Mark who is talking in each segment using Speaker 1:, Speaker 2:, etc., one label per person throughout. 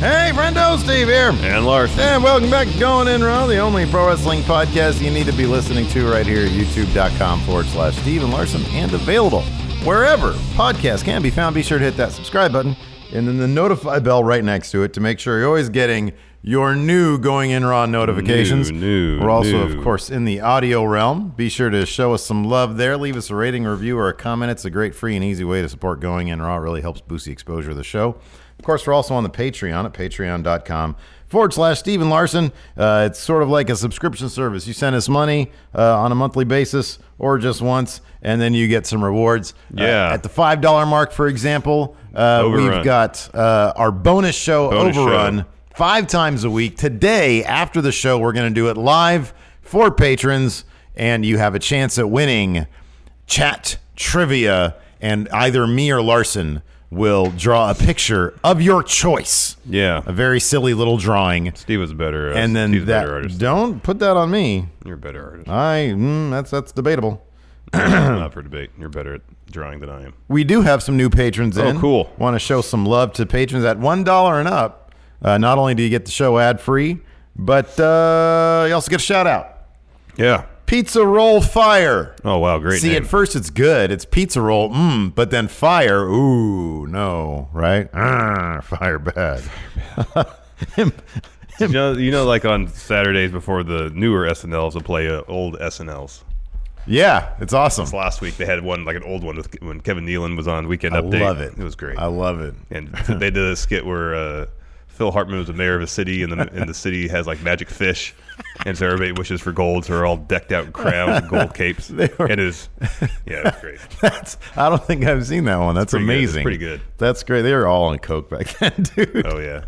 Speaker 1: Hey, friendo, Steve here.
Speaker 2: And Larson.
Speaker 1: And welcome back to Going In Raw, the only pro wrestling podcast you need to be listening to right here at youtube.com forward slash Steven Larson and available wherever podcasts can be found. Be sure to hit that subscribe button and then the notify bell right next to it to make sure you're always getting your new Going In Raw notifications.
Speaker 2: New, new,
Speaker 1: We're also,
Speaker 2: new.
Speaker 1: of course, in the audio realm. Be sure to show us some love there. Leave us a rating, review, or a comment. It's a great free and easy way to support Going In Raw. It really helps boost the exposure of the show. Of course, we're also on the Patreon at patreon.com forward slash Steven Larson. Uh, it's sort of like a subscription service. You send us money uh, on a monthly basis or just once, and then you get some rewards. Uh,
Speaker 2: Yeah.
Speaker 1: at the $5 mark, for example, uh, we've
Speaker 2: Overrun.
Speaker 1: got uh, our bonus show,
Speaker 2: Bonus show.
Speaker 1: Overrun five times a week. Today, after the show, we're going to do it live for patrons, and you have a chance at winning chat trivia. And either me or Larson will draw a picture of your choice.
Speaker 2: Yeah.
Speaker 1: A very silly little drawing.
Speaker 2: Steve was a better. Uh,
Speaker 1: And then
Speaker 2: Steve's a
Speaker 1: that
Speaker 2: better artist.
Speaker 1: don't put that on me.
Speaker 2: You're a better artist.
Speaker 1: I mm, that's that's debatable.
Speaker 2: Not for debate. You're better at drawing than I am.
Speaker 1: We do have some new patrons
Speaker 2: Oh,
Speaker 1: in.
Speaker 2: cool.
Speaker 1: Want to show some love to patrons at one dollar and up. Uh, not only do you get the show ad free, but uh, you also get a shout out.
Speaker 2: Yeah.
Speaker 1: Pizza roll fire.
Speaker 2: Oh wow, great.
Speaker 1: See,
Speaker 2: name.
Speaker 1: at first it's good. It's pizza roll, mmm, but then fire. Ooh, no, right? Ah, fire bad.
Speaker 2: you know, you know, like on Saturdays before the newer SNLs, will play uh, old SNLs.
Speaker 1: yeah, it's awesome.
Speaker 2: Last week they had one like an old one with when Kevin Nealon was on Weekend
Speaker 1: I
Speaker 2: Update.
Speaker 1: love it.
Speaker 2: It was great.
Speaker 1: I love it.
Speaker 2: and they did a skit where uh, Phil Hartman was the mayor of a city, and the and the city has like magic fish, and so everybody wishes for gold, so they're all decked out in crowns and gold capes.
Speaker 1: were-
Speaker 2: It is, yeah, it's great.
Speaker 1: That's. I don't think I've seen that one. That's
Speaker 2: pretty good. It's
Speaker 1: amazing.
Speaker 2: pretty good.
Speaker 1: That's great. They were all on coke back then, dude.
Speaker 2: Oh yeah.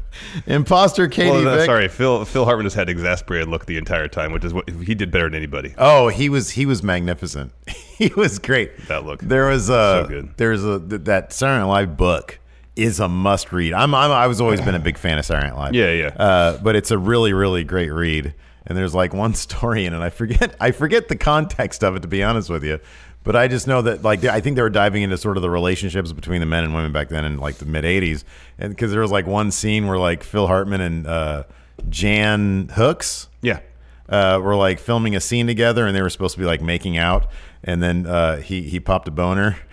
Speaker 1: Imposter Katie.
Speaker 2: Well, no,
Speaker 1: Vick.
Speaker 2: sorry, Phil Phil Hartman just had an exasperated look the entire time, which is what he did better than anybody.
Speaker 1: Oh, he was he was magnificent. he was great.
Speaker 2: That look.
Speaker 1: There was a
Speaker 2: So good.
Speaker 1: there was a th- that Saturday Night Live book is a must read. I'm, I'm I was always been a big fan of Saturday Night Live.
Speaker 2: Yeah, yeah.
Speaker 1: Uh, but it's a really really great read. And there's like one story in it. I forget I forget the context of it to be honest with you. But I just know that like I think they were diving into sort of the relationships between the men and women back then in like the mid '80s, and because there was like one scene where like Phil Hartman and uh, Jan Hooks,
Speaker 2: Yeah.
Speaker 1: uh, were like filming a scene together and they were supposed to be like making out and then uh, he he popped a boner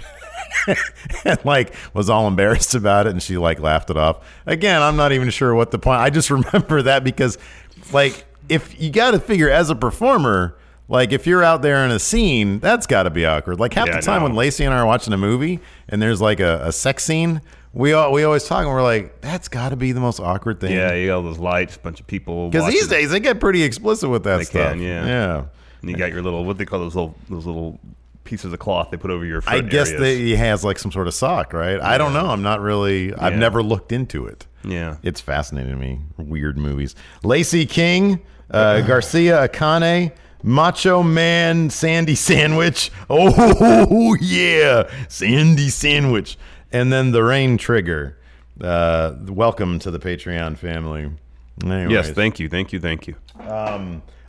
Speaker 1: and like was all embarrassed about it and she like laughed it off again i'm not even sure what the point i just remember that because like if you got to figure as a performer like if you're out there in a scene that's got to be awkward like half
Speaker 2: Yeah,
Speaker 1: the
Speaker 2: I
Speaker 1: time
Speaker 2: know.
Speaker 1: when lacey and i are watching a movie and there's like a, a sex scene we, all, we always talk and we're like that's got to be the most awkward thing
Speaker 2: Yeah, you got all those lights, bunch of people.
Speaker 1: because these
Speaker 2: watching.
Speaker 1: days they get pretty explicit with that
Speaker 2: They
Speaker 1: stuff.
Speaker 2: can, yeah.
Speaker 1: Yeah.
Speaker 2: and you got your little what they call those little those little pieces of cloth they put over your.
Speaker 1: I
Speaker 2: front
Speaker 1: guess
Speaker 2: areas.
Speaker 1: that he has like some sort of sock, right? I don't know. I'm not really. I've
Speaker 2: Yeah.
Speaker 1: never looked into it.
Speaker 2: Yeah.
Speaker 1: It's fascinating to me. Weird movies. Lacey King, uh, Garcia Akane, Macho Man, Sandy Sandwich. Oh yeah, Sandy Sandwich, and then the Rain Trigger. Uh, welcome to the Patreon family. Anyways.
Speaker 2: Yes, thank you, thank you, thank you.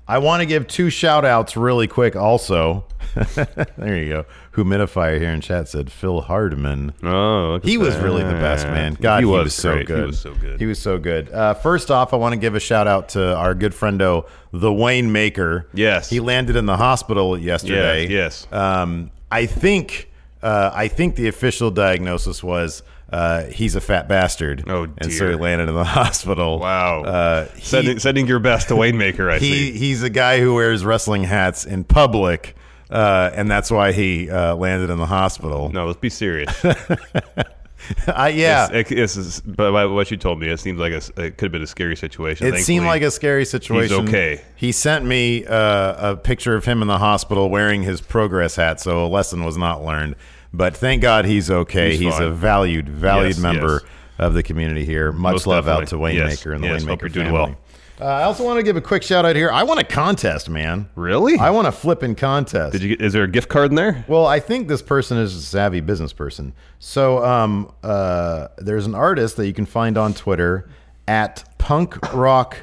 Speaker 1: I want to give two shout outs really quick also. there you go. Humidifier here in chat said Phil Hardman.
Speaker 2: Oh, look at
Speaker 1: He was
Speaker 2: that.
Speaker 1: really the best, man. God, he, was, so
Speaker 2: great.
Speaker 1: good.
Speaker 2: He was so good.
Speaker 1: He was so good. Uh, first off, I want to give a shout out to our good friendo, the Wayne Maker.
Speaker 2: Yes.
Speaker 1: He landed in the hospital yesterday.
Speaker 2: yes.
Speaker 1: Um, I think Uh, I think the official diagnosis was uh, he's a fat bastard.
Speaker 2: Oh,
Speaker 1: And so he
Speaker 2: dear.
Speaker 1: landed in the hospital.
Speaker 2: Wow.
Speaker 1: Uh, he-
Speaker 2: sending, sending your best to Waymaker, I
Speaker 1: he
Speaker 2: see.
Speaker 1: he's a guy who wears wrestling hats in public, uh, and that's why he uh, landed in the hospital.
Speaker 2: No, let's be serious.
Speaker 1: I, yeah,
Speaker 2: It's- it's- it's- but by what you told me, it seems like a, it could have been a scary situation.
Speaker 1: it seemed
Speaker 2: Thankfully-
Speaker 1: like a scary situation.
Speaker 2: okay.
Speaker 1: He sent me uh, a picture of him in the hospital wearing his progress hat, so a lesson was not learned. But thank God he's okay.
Speaker 2: He's
Speaker 1: He's, a
Speaker 2: fine.
Speaker 1: valued, valued
Speaker 2: Yes,
Speaker 1: member
Speaker 2: yes.
Speaker 1: of the community here. Much
Speaker 2: Most
Speaker 1: love out to
Speaker 2: definitely.
Speaker 1: Waymaker
Speaker 2: Yes,
Speaker 1: and the
Speaker 2: yes,
Speaker 1: Waymaker
Speaker 2: hope you're doing
Speaker 1: family.
Speaker 2: well.
Speaker 1: Uh, I also want to give a quick shout out here. I want a contest, man.
Speaker 2: Really?
Speaker 1: I want a flipping contest.
Speaker 2: Did you get, is there a gift card in there?
Speaker 1: Well, I think this person is a savvy business person. So um, uh, there's an artist that you can find on Twitter at Punk Rock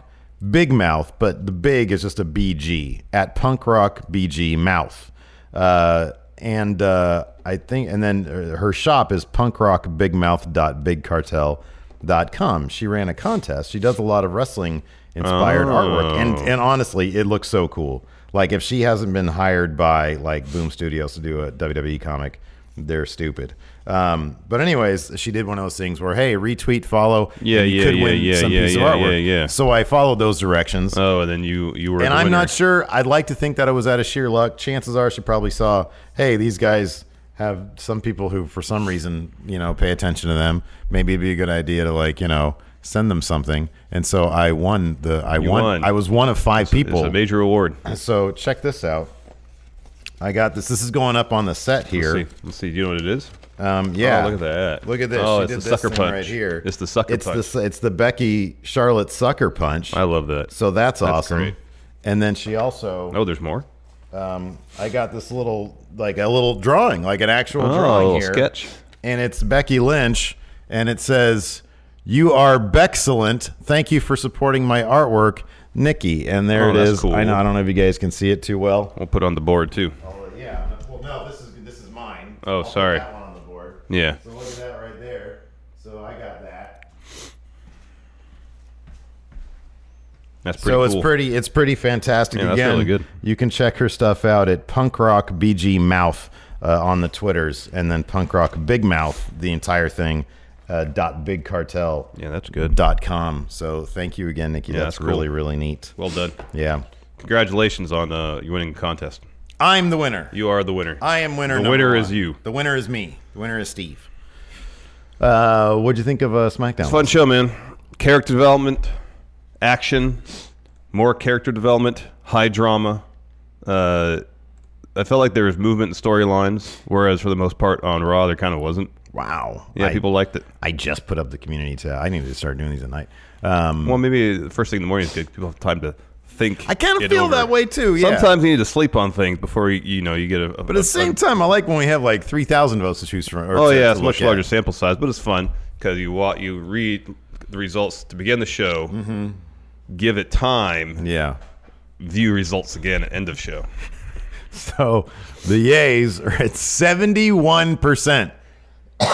Speaker 1: Big Mouth, but the big is just a BG at Punk Rock BG Mouth. Uh, and uh, I think, and then uh, her shop is punkrockbigmouth.bigcartel.com. She ran a contest. She does a lot of wrestling inspired artwork. And,
Speaker 2: Oh.
Speaker 1: and honestly, it looks so cool. Like if she hasn't been hired by like Boom Studios to do a WWE comic, they're stupid. Um, but anyways, she did one of those things where hey, retweet, follow,
Speaker 2: Yeah,
Speaker 1: and you
Speaker 2: yeah,
Speaker 1: could
Speaker 2: yeah,
Speaker 1: win
Speaker 2: yeah,
Speaker 1: some
Speaker 2: yeah,
Speaker 1: piece
Speaker 2: yeah,
Speaker 1: of artwork.
Speaker 2: yeah, yeah.
Speaker 1: So I followed those directions,
Speaker 2: Oh, and then you you were.
Speaker 1: and
Speaker 2: the
Speaker 1: I'm
Speaker 2: winner.
Speaker 1: not sure. I'd like to think that it was out of sheer luck. Chances are she probably saw, hey, these guys have some people who for some reason you know pay attention to them. Maybe it'd be a good idea to like you know send them something. And so I won the I
Speaker 2: You
Speaker 1: won,
Speaker 2: won.
Speaker 1: I was one of five people.
Speaker 2: It's a major award. Let's
Speaker 1: So check this out. I got this. This is going up on the set
Speaker 2: see.
Speaker 1: here.
Speaker 2: Let's see. Do you know what it is?
Speaker 1: Um, yeah,
Speaker 2: Oh, look at that.
Speaker 1: Look at this.
Speaker 2: Oh,
Speaker 1: she
Speaker 2: it's
Speaker 1: did
Speaker 2: the
Speaker 1: this
Speaker 2: sucker
Speaker 1: thing
Speaker 2: punch.
Speaker 1: right here.
Speaker 2: It's the sucker
Speaker 1: it's
Speaker 2: punch.
Speaker 1: The, it's the Becky Charlotte sucker punch.
Speaker 2: I love that.
Speaker 1: So that's, awesome.
Speaker 2: great.
Speaker 1: And then she also,
Speaker 2: Oh, there's more.
Speaker 1: um, I got this little like a little drawing, like an actual
Speaker 2: Oh, a
Speaker 1: drawing
Speaker 2: little
Speaker 1: here.
Speaker 2: sketch.
Speaker 1: And it's Becky Lynch, and it says, "You are Bexcellent. Thank you for supporting my artwork, Nikki." And there
Speaker 2: Oh,
Speaker 1: it
Speaker 2: that's
Speaker 1: is.
Speaker 2: cool.
Speaker 1: I know. I don't know if you guys can see it too well.
Speaker 2: We'll put it on the board too.
Speaker 1: Oh, yeah. Well, no, this is this is mine.
Speaker 2: Oh,
Speaker 1: I'll put
Speaker 2: sorry.
Speaker 1: that one on the board.
Speaker 2: Yeah.
Speaker 1: So look at that right there. So I got that.
Speaker 2: That's pretty
Speaker 1: so
Speaker 2: cool.
Speaker 1: it's pretty it's pretty fantastic.
Speaker 2: Yeah, that's
Speaker 1: Again,
Speaker 2: really good.
Speaker 1: you can check her stuff out at Punk Rock BG Mouth uh, on the Twitters, and then Punk Rock Big Mouth, the entire thing. Uh, dot big cartel.
Speaker 2: Yeah, that's good.
Speaker 1: Dot com. So thank you again, Nikki.
Speaker 2: Yeah,
Speaker 1: that's
Speaker 2: that's cool.
Speaker 1: really really neat.
Speaker 2: Well done.
Speaker 1: Yeah,
Speaker 2: Congratulations on uh, you winning the contest.
Speaker 1: I'm the winner.
Speaker 2: You are the winner.
Speaker 1: I am winner.
Speaker 2: The
Speaker 1: number
Speaker 2: winner
Speaker 1: one.
Speaker 2: is you.
Speaker 1: The winner is me. The winner is Steve. Uh, what'd you think of uh, SmackDown?
Speaker 2: Fun show, man. Character development, action, more character development, high drama. Uh, I felt like there was movement in storylines, whereas for the most part on Raw there kind of wasn't.
Speaker 1: Wow.
Speaker 2: Yeah,
Speaker 1: I-
Speaker 2: people liked it.
Speaker 1: I just put up the community tab. I need to start doing these at night. Um,
Speaker 2: Well, maybe the first thing in the morning is good. People have time to think.
Speaker 1: I kinda
Speaker 2: it
Speaker 1: feel that way, too, yeah.
Speaker 2: Sometimes you need to sleep on things before you, you know you get a. a
Speaker 1: but at the same time, I like when we have like three thousand votes to choose from. or
Speaker 2: oh
Speaker 1: to-
Speaker 2: yeah,
Speaker 1: to
Speaker 2: it's much
Speaker 1: look at.
Speaker 2: larger sample size, but it's fun because you wa- you read the results to begin the show, give it time,
Speaker 1: Yeah.
Speaker 2: view results again at end of show.
Speaker 1: So the yays are at seventy-one percent.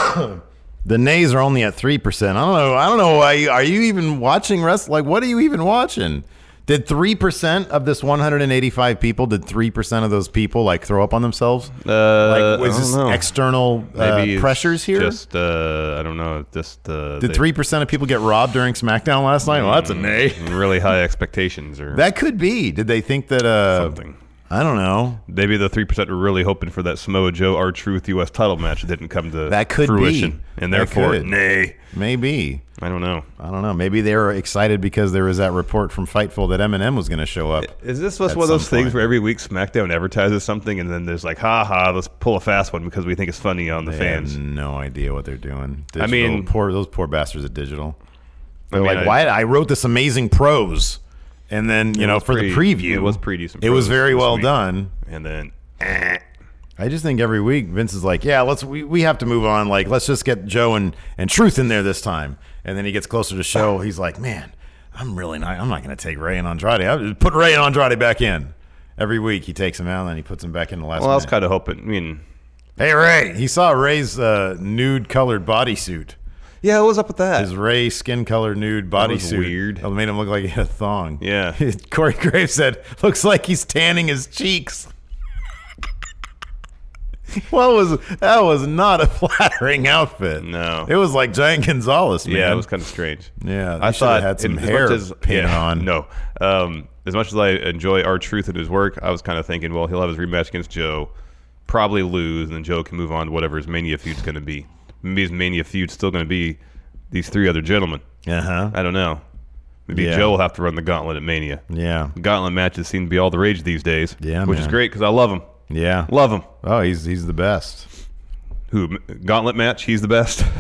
Speaker 1: The nays are only at three percent. I don't know. I don't know why. You, are you even watching rest? Like, what are you even watching? Did three percent of this one hundred and eighty-five people? Did three percent of those people like throw up on themselves?
Speaker 2: Uh,
Speaker 1: like, was
Speaker 2: I don't
Speaker 1: this
Speaker 2: know.
Speaker 1: external uh,
Speaker 2: it's
Speaker 1: pressures here?
Speaker 2: Just uh, I don't know. Just uh,
Speaker 1: Did
Speaker 2: they- Mm,
Speaker 1: three percent of people get robbed during SmackDown last night? Well, that's a nay.
Speaker 2: really high expectations or
Speaker 1: That could be. Did they think that? Uh,
Speaker 2: something.
Speaker 1: I don't know.
Speaker 2: Maybe the three percent were really hoping for that Samoa Joe R Truth U.S. title match that didn't come to
Speaker 1: That could be.
Speaker 2: fruition, and
Speaker 1: That
Speaker 2: therefore,
Speaker 1: could.
Speaker 2: nay.
Speaker 1: Maybe.
Speaker 2: I don't know.
Speaker 1: I don't know. Maybe they were excited because there was that report from Fightful that Eminem was going to show up.
Speaker 2: Is this just
Speaker 1: At
Speaker 2: one of those
Speaker 1: some point.
Speaker 2: things where every week SmackDown advertises something and then there's like, ha ha, let's pull a fast one because we think it's funny on the
Speaker 1: They have
Speaker 2: fans?
Speaker 1: no idea what they're doing. Digital,
Speaker 2: I mean-
Speaker 1: poor those poor bastards at digital. They're
Speaker 2: mean,
Speaker 1: like,
Speaker 2: I-
Speaker 1: why? I wrote this amazing prose, and then you know
Speaker 2: was
Speaker 1: for the
Speaker 2: pretty-
Speaker 1: preview,
Speaker 2: it was pretty decent
Speaker 1: It was
Speaker 2: prose
Speaker 1: very
Speaker 2: this
Speaker 1: well
Speaker 2: week.
Speaker 1: done.
Speaker 2: And then,
Speaker 1: I just think every week Vince is like, yeah, let's we, we have to move on. Like, let's just get Joe and, and Truth in there this time. And then he gets closer to show. He's like, man, I'm really not. I'm not going to take Ray and Andrade. I put Ray and Andrade back in. Every week he takes him out and then he puts him back in the last.
Speaker 2: well, I was
Speaker 1: minute.
Speaker 2: kind of hoping. I mean,
Speaker 1: hey Ray, he saw Ray's uh, nude colored bodysuit.
Speaker 2: yeah, what was up with that?
Speaker 1: His Ray skin color nude
Speaker 2: was
Speaker 1: bodysuit.
Speaker 2: weird.
Speaker 1: It made him look like he had a thong.
Speaker 2: Yeah.
Speaker 1: Corey Graves said, looks like he's tanning his cheeks. Well, it was that was not a flattering outfit.
Speaker 2: No.
Speaker 1: it was like Giant Gonzalez, man.
Speaker 2: Yeah, it was kind of strange.
Speaker 1: Yeah, they
Speaker 2: I
Speaker 1: should've
Speaker 2: thought
Speaker 1: had some
Speaker 2: and as
Speaker 1: hair
Speaker 2: much as,
Speaker 1: paint
Speaker 2: yeah,
Speaker 1: on.
Speaker 2: No, um, as much as I enjoy our truth and his work, I was kind of thinking, well, he'll have his rematch against Joe, probably lose, and then Joe can move on to whatever his mania feud's going to be. Maybe his mania feud's still going to be these three other gentlemen.
Speaker 1: Uh huh.
Speaker 2: I don't know. Maybe
Speaker 1: Yeah.
Speaker 2: Joe will have to run the gauntlet at Mania.
Speaker 1: Yeah.
Speaker 2: Gauntlet matches seem to be all the rage these days.
Speaker 1: Yeah,
Speaker 2: which
Speaker 1: man.
Speaker 2: is great because I love him.
Speaker 1: Yeah.
Speaker 2: Love him.
Speaker 1: Oh, he's he's the best.
Speaker 2: Who gauntlet match? He's the best.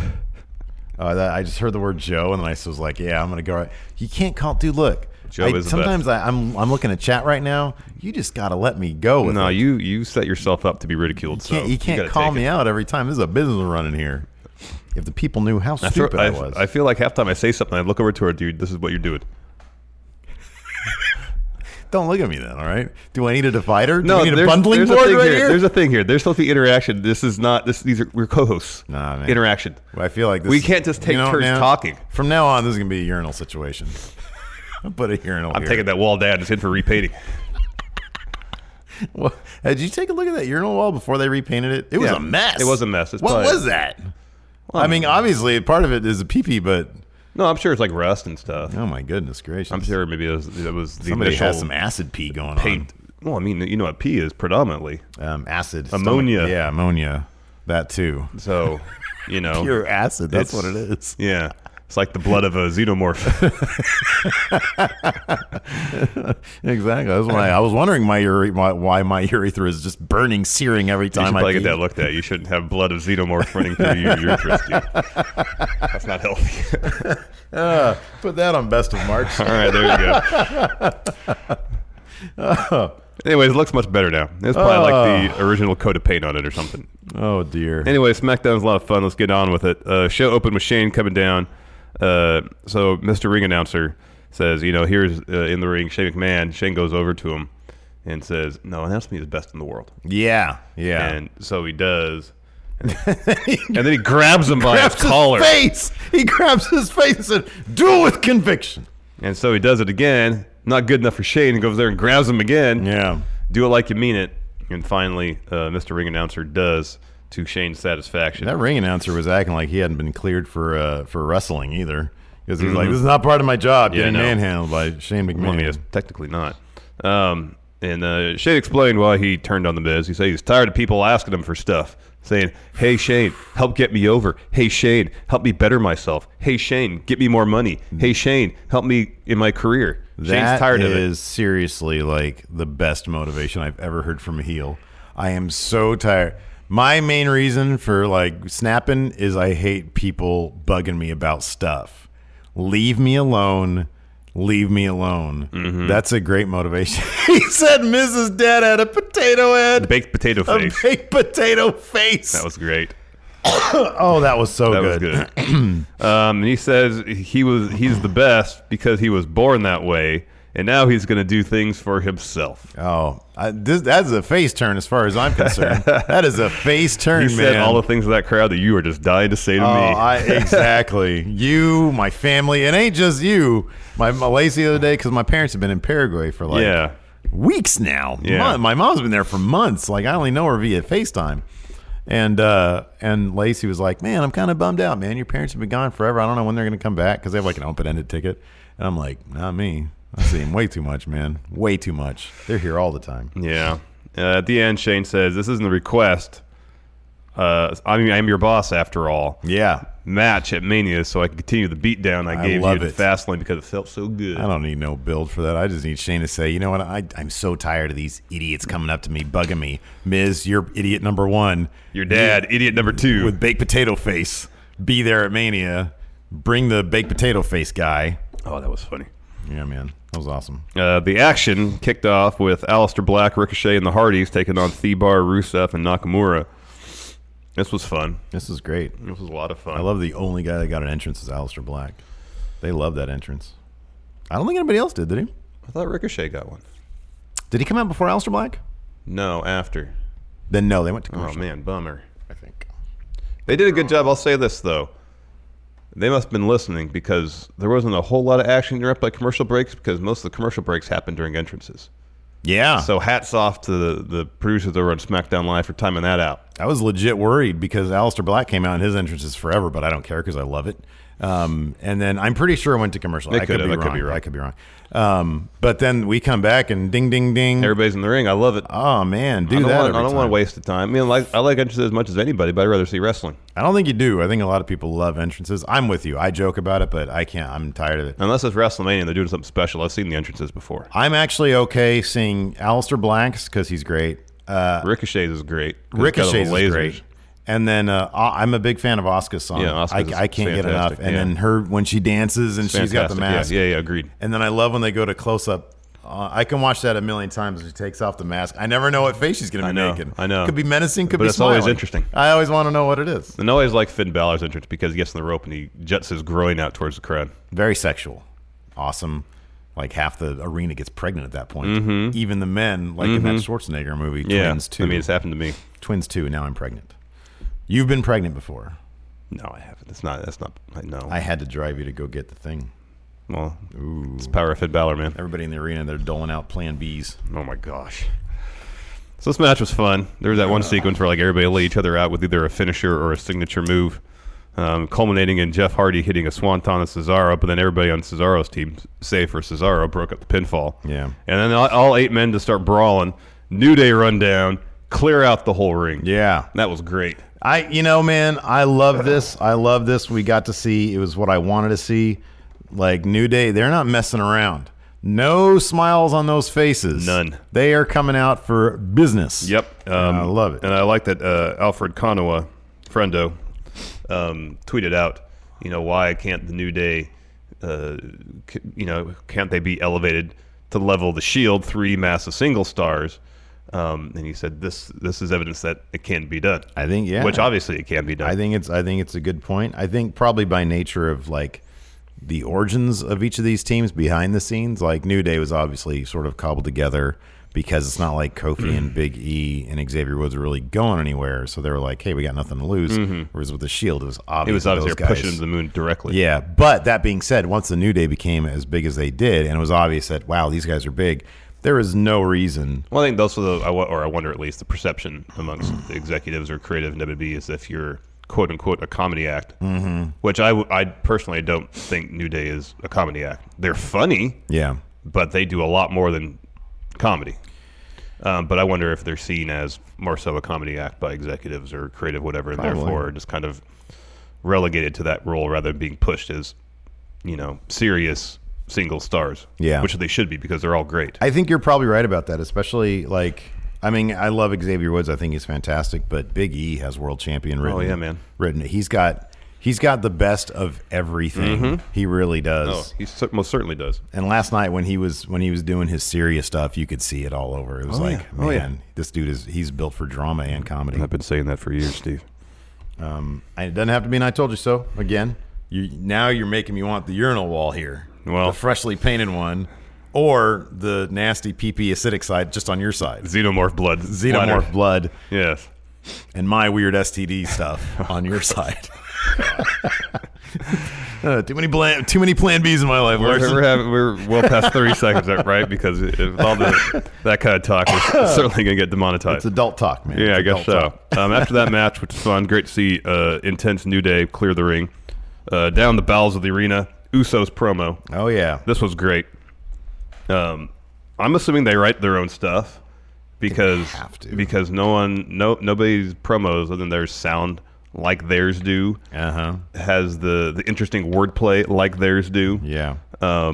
Speaker 1: Uh, that, I just heard the word Joe, and then I was like, "Yeah, I'm gonna go." Right. You can't call, dude. Look,
Speaker 2: Joe
Speaker 1: I-
Speaker 2: is the
Speaker 1: sometimes I, I'm I'm looking at chat right now. You just gotta let me go. With
Speaker 2: no,
Speaker 1: it.
Speaker 2: you you set yourself up to be ridiculed.
Speaker 1: You can't,
Speaker 2: so
Speaker 1: you can't
Speaker 2: gotta
Speaker 1: call
Speaker 2: take
Speaker 1: me
Speaker 2: it.
Speaker 1: out every time. This is a business running here. If the people knew how
Speaker 2: I feel,
Speaker 1: stupid I,
Speaker 2: I,
Speaker 1: was,
Speaker 2: I feel like half time I say something, I look over to her, dude. This is what you're doing.
Speaker 1: don't look at me then. All right? Do I need a divider? Do
Speaker 2: No,
Speaker 1: we need
Speaker 2: there's,
Speaker 1: a bundling
Speaker 2: there's a
Speaker 1: board
Speaker 2: thing
Speaker 1: right
Speaker 2: here.
Speaker 1: here.
Speaker 2: There's a thing here. There's supposed to be interaction. This is not. This these are we're co-hosts.
Speaker 1: Nah, man.
Speaker 2: Interaction.
Speaker 1: I feel like this
Speaker 2: we can't just take
Speaker 1: you know what
Speaker 2: turns
Speaker 1: now?
Speaker 2: talking.
Speaker 1: From now on, this is gonna be a urinal situation. I'll put a urinal.
Speaker 2: I'm
Speaker 1: here.
Speaker 2: taking that wall down. It's in for repainting.
Speaker 1: Well, uh, did you take a look at that urinal wall before they repainted it? It was
Speaker 2: Yeah.
Speaker 1: a mess.
Speaker 2: It was a mess. It's
Speaker 1: what
Speaker 2: probably-
Speaker 1: was that? I mean, obviously, part of it is a pee pee, but
Speaker 2: No, I'm sure it's like rust and stuff.
Speaker 1: oh my goodness gracious!
Speaker 2: I'm sure maybe it was, it was the
Speaker 1: somebody
Speaker 2: initial
Speaker 1: has some acid pee going
Speaker 2: paint. Well, I mean, you know what pee is predominantly.
Speaker 1: on. Um, acid, stomach-
Speaker 2: Ammonia.
Speaker 1: yeah, ammonia, that too.
Speaker 2: So, you know,
Speaker 1: Pure acid. That's
Speaker 2: It's-
Speaker 1: what it is.
Speaker 2: yeah, it's like the blood of a xenomorph.
Speaker 1: Exactly. That's why I was wondering my, ure- my why my urethra is just burning, searing every
Speaker 2: You should
Speaker 1: time I
Speaker 2: probably
Speaker 1: pee.
Speaker 2: get that looked at. You shouldn't have blood of xenomorph running through your uterus, dude. That's not healthy.
Speaker 1: Put that on best of March.
Speaker 2: All right, there you go. Anyways, it looks much better now. It's probably like the original coat of paint on it or something.
Speaker 1: oh dear.
Speaker 2: Anyway, SmackDown was a lot of fun. Let's get on with it. Uh, show opened with Shane coming down. Uh, so Mr. Ring Announcer says, you know, here's uh, in the ring Shane McMahon. Shane goes over to him and says, no, announce me as best in the world.
Speaker 1: Yeah. Yeah.
Speaker 2: And so he does. And then he grabs him by
Speaker 1: grabs
Speaker 2: his collar.
Speaker 1: his face. He grabs his face and do it with conviction.
Speaker 2: And so he does it again. Not good enough for Shane. He goes there and grabs him again.
Speaker 1: Yeah.
Speaker 2: Do it like you mean it. And finally, uh, Mr. Ring Announcer does to Shane's satisfaction.
Speaker 1: That ring announcer was acting like he hadn't been cleared for uh, for wrestling either, because he's like, "This is not part of my job."
Speaker 2: Yeah,
Speaker 1: Getting
Speaker 2: I know.
Speaker 1: manhandled by Shane
Speaker 2: Well, I
Speaker 1: McMahon.
Speaker 2: mean, it's technically not. Um, and uh, Shane explained why he turned on the Miz. He said he's tired of people asking him for stuff, saying, "Hey Shane, help get me over. Hey Shane, help me better myself. Hey Shane, get me more money. Hey Shane, help me in my career." Shane's
Speaker 1: That
Speaker 2: tired of it.
Speaker 1: is seriously like the best motivation I've ever heard from a heel. I am so tired. My main reason for like snapping is I hate people bugging me about stuff. Leave me alone. Leave me alone.
Speaker 2: Mm-hmm.
Speaker 1: That's a great motivation. he said Mrs. Dad had a potato head.
Speaker 2: Baked potato
Speaker 1: a
Speaker 2: face.
Speaker 1: baked potato face.
Speaker 2: That was great.
Speaker 1: oh, that was so
Speaker 2: That
Speaker 1: good.
Speaker 2: was good. um, and he says he was he's the best because he was born that way, and now he's going to do things for himself.
Speaker 1: Oh, I, this, that's a face turn as far as I'm concerned. that is a face turn,
Speaker 2: He
Speaker 1: man.
Speaker 2: said all the things to that crowd that you were just dying to say to
Speaker 1: Oh,
Speaker 2: me.
Speaker 1: I, exactly. you, my family, it ain't just you. My, my Lacey the other day because my parents have been in Paraguay for like
Speaker 2: yeah.
Speaker 1: weeks now.
Speaker 2: Yeah.
Speaker 1: Mon- my mom's been there for months. Like I only know her via FaceTime. And uh, and Lacey was like, "Man, I'm kind of bummed out, man. Your parents have been gone forever. I don't know when they're gonna come back because they have like an open-ended ticket." And I'm like, "Not me. I see them way too much, man. Way too much. They're here all the time."
Speaker 2: Yeah. Uh, at the end, Shane says, "This isn't a request. Uh, I mean, I'm your boss after all."
Speaker 1: Yeah,
Speaker 2: Match at Mania, so I can continue the beatdown I,
Speaker 1: I
Speaker 2: gave
Speaker 1: love
Speaker 2: you
Speaker 1: it.
Speaker 2: at Fastlane because it felt so good.
Speaker 1: I don't need no build for that. I just need Shane to say, you know what? I, I'm so tired of these idiots coming up to me, bugging me. Miz, you're idiot number one
Speaker 2: Your dad, idiot number two.
Speaker 1: with baked potato face. Be there at Mania. Bring the baked potato face guy.
Speaker 2: oh, that was funny.
Speaker 1: Yeah, man. That was awesome.
Speaker 2: Uh, the action kicked off with Aleister Black, Ricochet, and the Hardys taking on Thebar, Rusev, and Nakamura. This was fun.
Speaker 1: This is great.
Speaker 2: This was a lot of fun.
Speaker 1: I love the only guy that got an entrance is Aleister Black. They love that entrance. I don't think anybody else did, did he?
Speaker 2: I thought Ricochet got one.
Speaker 1: Did he come out before Aleister Black?
Speaker 2: No, after.
Speaker 1: Then no, they went to
Speaker 2: Oh
Speaker 1: commercial,
Speaker 2: man, bummer.
Speaker 1: I think.
Speaker 2: They did a good job. I'll say this though, they must have been listening because there wasn't a whole lot of action interrupted by commercial breaks because most of the commercial breaks happened during entrances.
Speaker 1: Yeah.
Speaker 2: So hats off to the, the producers over on SmackDown Live for timing that out.
Speaker 1: I was legit worried because Alistair Black came out and his entrance is forever, but I don't care because I love it. Um, and then I'm pretty sure it went to commercial.
Speaker 2: It
Speaker 1: I could,
Speaker 2: could've,
Speaker 1: be
Speaker 2: it could
Speaker 1: wrong.
Speaker 2: be wrong.
Speaker 1: I could be wrong. Um, but then we come back and ding, ding, ding.
Speaker 2: Everybody's in the ring. I love it.
Speaker 1: oh man, Mm. do
Speaker 2: I don't,
Speaker 1: that.
Speaker 2: want,
Speaker 1: every
Speaker 2: I don't
Speaker 1: time.
Speaker 2: want to waste the time. I mean, like, I like entrances as much as anybody, but I'd rather see wrestling.
Speaker 1: I don't think you do. I think a lot of people love entrances. I'm with you. I joke about it, but I can't. I'm tired of it.
Speaker 2: Unless it's WrestleMania and they're doing something special. I've seen the entrances before.
Speaker 1: I'm actually okay seeing Alistair Black's because he's great. Uh,
Speaker 2: Ricochet's is great. 'cause it's got all the
Speaker 1: Ricochet's is
Speaker 2: lasers.
Speaker 1: great. And then uh, I- I'm a big fan of Asuka's song.
Speaker 2: Yeah, Asuka's
Speaker 1: I, I can't get enough.
Speaker 2: fantastic,
Speaker 1: And
Speaker 2: yeah.
Speaker 1: then her when she dances and she's got the
Speaker 2: Fantastic,
Speaker 1: mask.
Speaker 2: Yeah, yeah, yeah, agreed.
Speaker 1: And then I love when they go to close up. Uh, I can watch that a million times as she takes off the mask. I never know what face she's going to
Speaker 2: I
Speaker 1: be
Speaker 2: know,
Speaker 1: making.
Speaker 2: I know.
Speaker 1: Could be menacing. Could
Speaker 2: But
Speaker 1: be
Speaker 2: it's always
Speaker 1: smiling.
Speaker 2: interesting.
Speaker 1: I always want to know what it is.
Speaker 2: And I always like Finn Balor's entrance because he gets on the rope and he jets his groin out towards the crowd.
Speaker 1: Very sexual, awesome. Like half the arena gets pregnant at that point. Even the men, like in that Schwarzenegger movie,
Speaker 2: Mm-hmm. Yeah,
Speaker 1: Twins Two.
Speaker 2: I mean, it's happened to me.
Speaker 1: Twins Two. Now I'm pregnant. You've been pregnant before.
Speaker 2: No, I haven't. It's not. That's not. I know.
Speaker 1: I had to drive you to go get the thing.
Speaker 2: well, it's power of Finn Balor, man.
Speaker 1: Everybody in the arena, they're doling out Plan Bs.
Speaker 2: Oh my gosh. So this match was fun. There was that one sequence where like everybody laid each other out with either a finisher or a signature move, um, culminating in Jeff Hardy hitting a swanton on Cesaro, but then everybody on Cesaro's team, save for Cesaro, broke up the pinfall.
Speaker 1: Yeah.
Speaker 2: And then all, all eight men to start brawling. New Day run down, clear out the whole ring.
Speaker 1: Yeah.
Speaker 2: That was great.
Speaker 1: I, you know, man, I love this. I love this. We got to see. It was what I wanted to see. Like New Day, they're not messing around. No smiles on those faces.
Speaker 2: None.
Speaker 1: They are coming out for business.
Speaker 2: Yep, um,
Speaker 1: And I love it.
Speaker 2: And I like that uh, Alfred Conowa, friendo, um, tweeted out, you know, why can't the New Day, uh, c- you know, can't they be elevated to the level of the Shield, three massive single stars? Um, and he said this this is evidence that it can be done.
Speaker 1: I think, yeah.
Speaker 2: which obviously it can be done.
Speaker 1: I think it's. I think it's a good point. I think probably by nature of like the origins of each of these teams behind the scenes, like New Day was obviously sort of cobbled together because it's not like Kofi
Speaker 2: Mm.
Speaker 1: and Big E and Xavier Woods were really going anywhere. So they were like, "Hey, we got nothing to lose." Whereas with the Shield, it was obvious.
Speaker 2: Mm-hmm. it was
Speaker 1: that
Speaker 2: obviously
Speaker 1: those
Speaker 2: they're pushing
Speaker 1: guys-
Speaker 2: them to the moon directly.
Speaker 1: yeah, but that being said, once the New Day became as big as they did, and it was obvious that wow, these guys are big, there is no reason.
Speaker 2: Well, I think those are the, I wo- or I wonder at least, the perception amongst the executives or creative in WWE is if you're quote unquote a comedy act, mm-hmm. which I, w- I personally don't think New Day is a comedy act. They're funny,
Speaker 1: Yeah,
Speaker 2: but they do a lot more than comedy. Um, but I wonder if they're seen as more so a comedy act by executives or creative, whatever, and
Speaker 1: Probably.
Speaker 2: therefore just kind of relegated to that role rather than being pushed as, you know, serious single stars.
Speaker 1: Yeah.
Speaker 2: Which they should be because they're all great.
Speaker 1: I think you're probably right about that, especially like I mean, I love Xavier Woods. I think he's fantastic, but Big E has world champion written.
Speaker 2: Oh, yeah, man.
Speaker 1: Written. He's got he's got the best of everything. He really
Speaker 2: oh,
Speaker 1: does.
Speaker 2: he cer- most certainly does.
Speaker 1: And last night when he was when he was doing his serious stuff, you could see it all over. It was like,
Speaker 2: Oh, yeah.
Speaker 1: man, this dude is he's built for drama and comedy.
Speaker 2: I've been saying that for years, Steve.
Speaker 1: And it doesn't have to be an I told you so again. You now you're making me want the urinal wall here.
Speaker 2: Well-
Speaker 1: the freshly painted one or the nasty pee pee acidic side just on your side.
Speaker 2: Xenomorph blood.
Speaker 1: Xenomorph
Speaker 2: splattered.
Speaker 1: blood.
Speaker 2: Yes.
Speaker 1: and my weird STD stuff on your side. Uh, too many plan, too many Plan Bs in my life.
Speaker 2: We're,
Speaker 1: Larson.
Speaker 2: we're, having, we're well past 30 seconds, right? Because if all the, that kind of talk, we're certainly going to get
Speaker 1: It's
Speaker 2: demonetized.
Speaker 1: adult talk, man.
Speaker 2: yeah,
Speaker 1: It's
Speaker 2: I guess
Speaker 1: adult
Speaker 2: so.
Speaker 1: talk.
Speaker 2: Um, after that match, which was fun, great to see uh, intense New Day clear the ring. Uh, down the bowels of the arena, Usos promo.
Speaker 1: Oh yeah,
Speaker 2: This was great. Um, I'm assuming they write their own stuff because
Speaker 1: have to.
Speaker 2: because no one no nobody's promos other than their sound like theirs do
Speaker 1: uh huh.
Speaker 2: has the the interesting wordplay like theirs do.
Speaker 1: Yeah,
Speaker 2: Uh,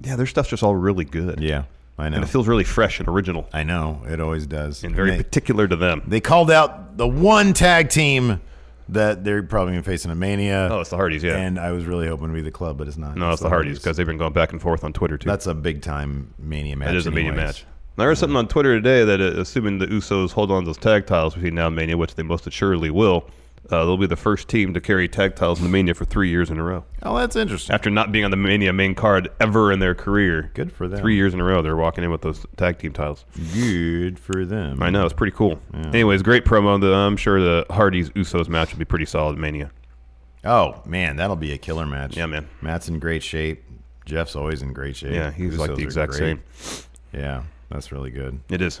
Speaker 2: Yeah, their stuff's just all really good.
Speaker 1: yeah. I know.
Speaker 2: and it feels really fresh and original
Speaker 1: I know. It always does.
Speaker 2: and very
Speaker 1: they,
Speaker 2: particular to them.
Speaker 1: they called out the one tag team that they're probably going to face in a mania.
Speaker 2: Oh, it's the Hardys, yeah.
Speaker 1: And I was really hoping to be the club, but it's not.
Speaker 2: no, it's the Hardys because they've been going back and forth on Twitter too.
Speaker 1: that's a big time mania match.
Speaker 2: That is a mania
Speaker 1: anyways.
Speaker 2: match. And I read something on Twitter today that uh, assuming the Usos hold on to those tag titles between now and Mania, which they most assuredly will, uh, they'll be the first team to carry tag titles in the Mania for three years in a row.
Speaker 1: Oh, that's interesting.
Speaker 2: After not being on the Mania main card ever in their career,
Speaker 1: Good for them.
Speaker 2: Three years in a row, they're walking in with those tag team titles.
Speaker 1: Good for them.
Speaker 2: I know it's pretty cool. Anyways, great promo. The, I'm sure the Hardys Usos match will be pretty solid at Mania.
Speaker 1: Oh man, that'll be a killer match.
Speaker 2: Yeah, man.
Speaker 1: Matt's in great shape. Jeff's always in great shape.
Speaker 2: Yeah, he's like
Speaker 1: Usos
Speaker 2: the
Speaker 1: are
Speaker 2: exact
Speaker 1: great.
Speaker 2: same.
Speaker 1: Yeah, That's really good.
Speaker 2: It is.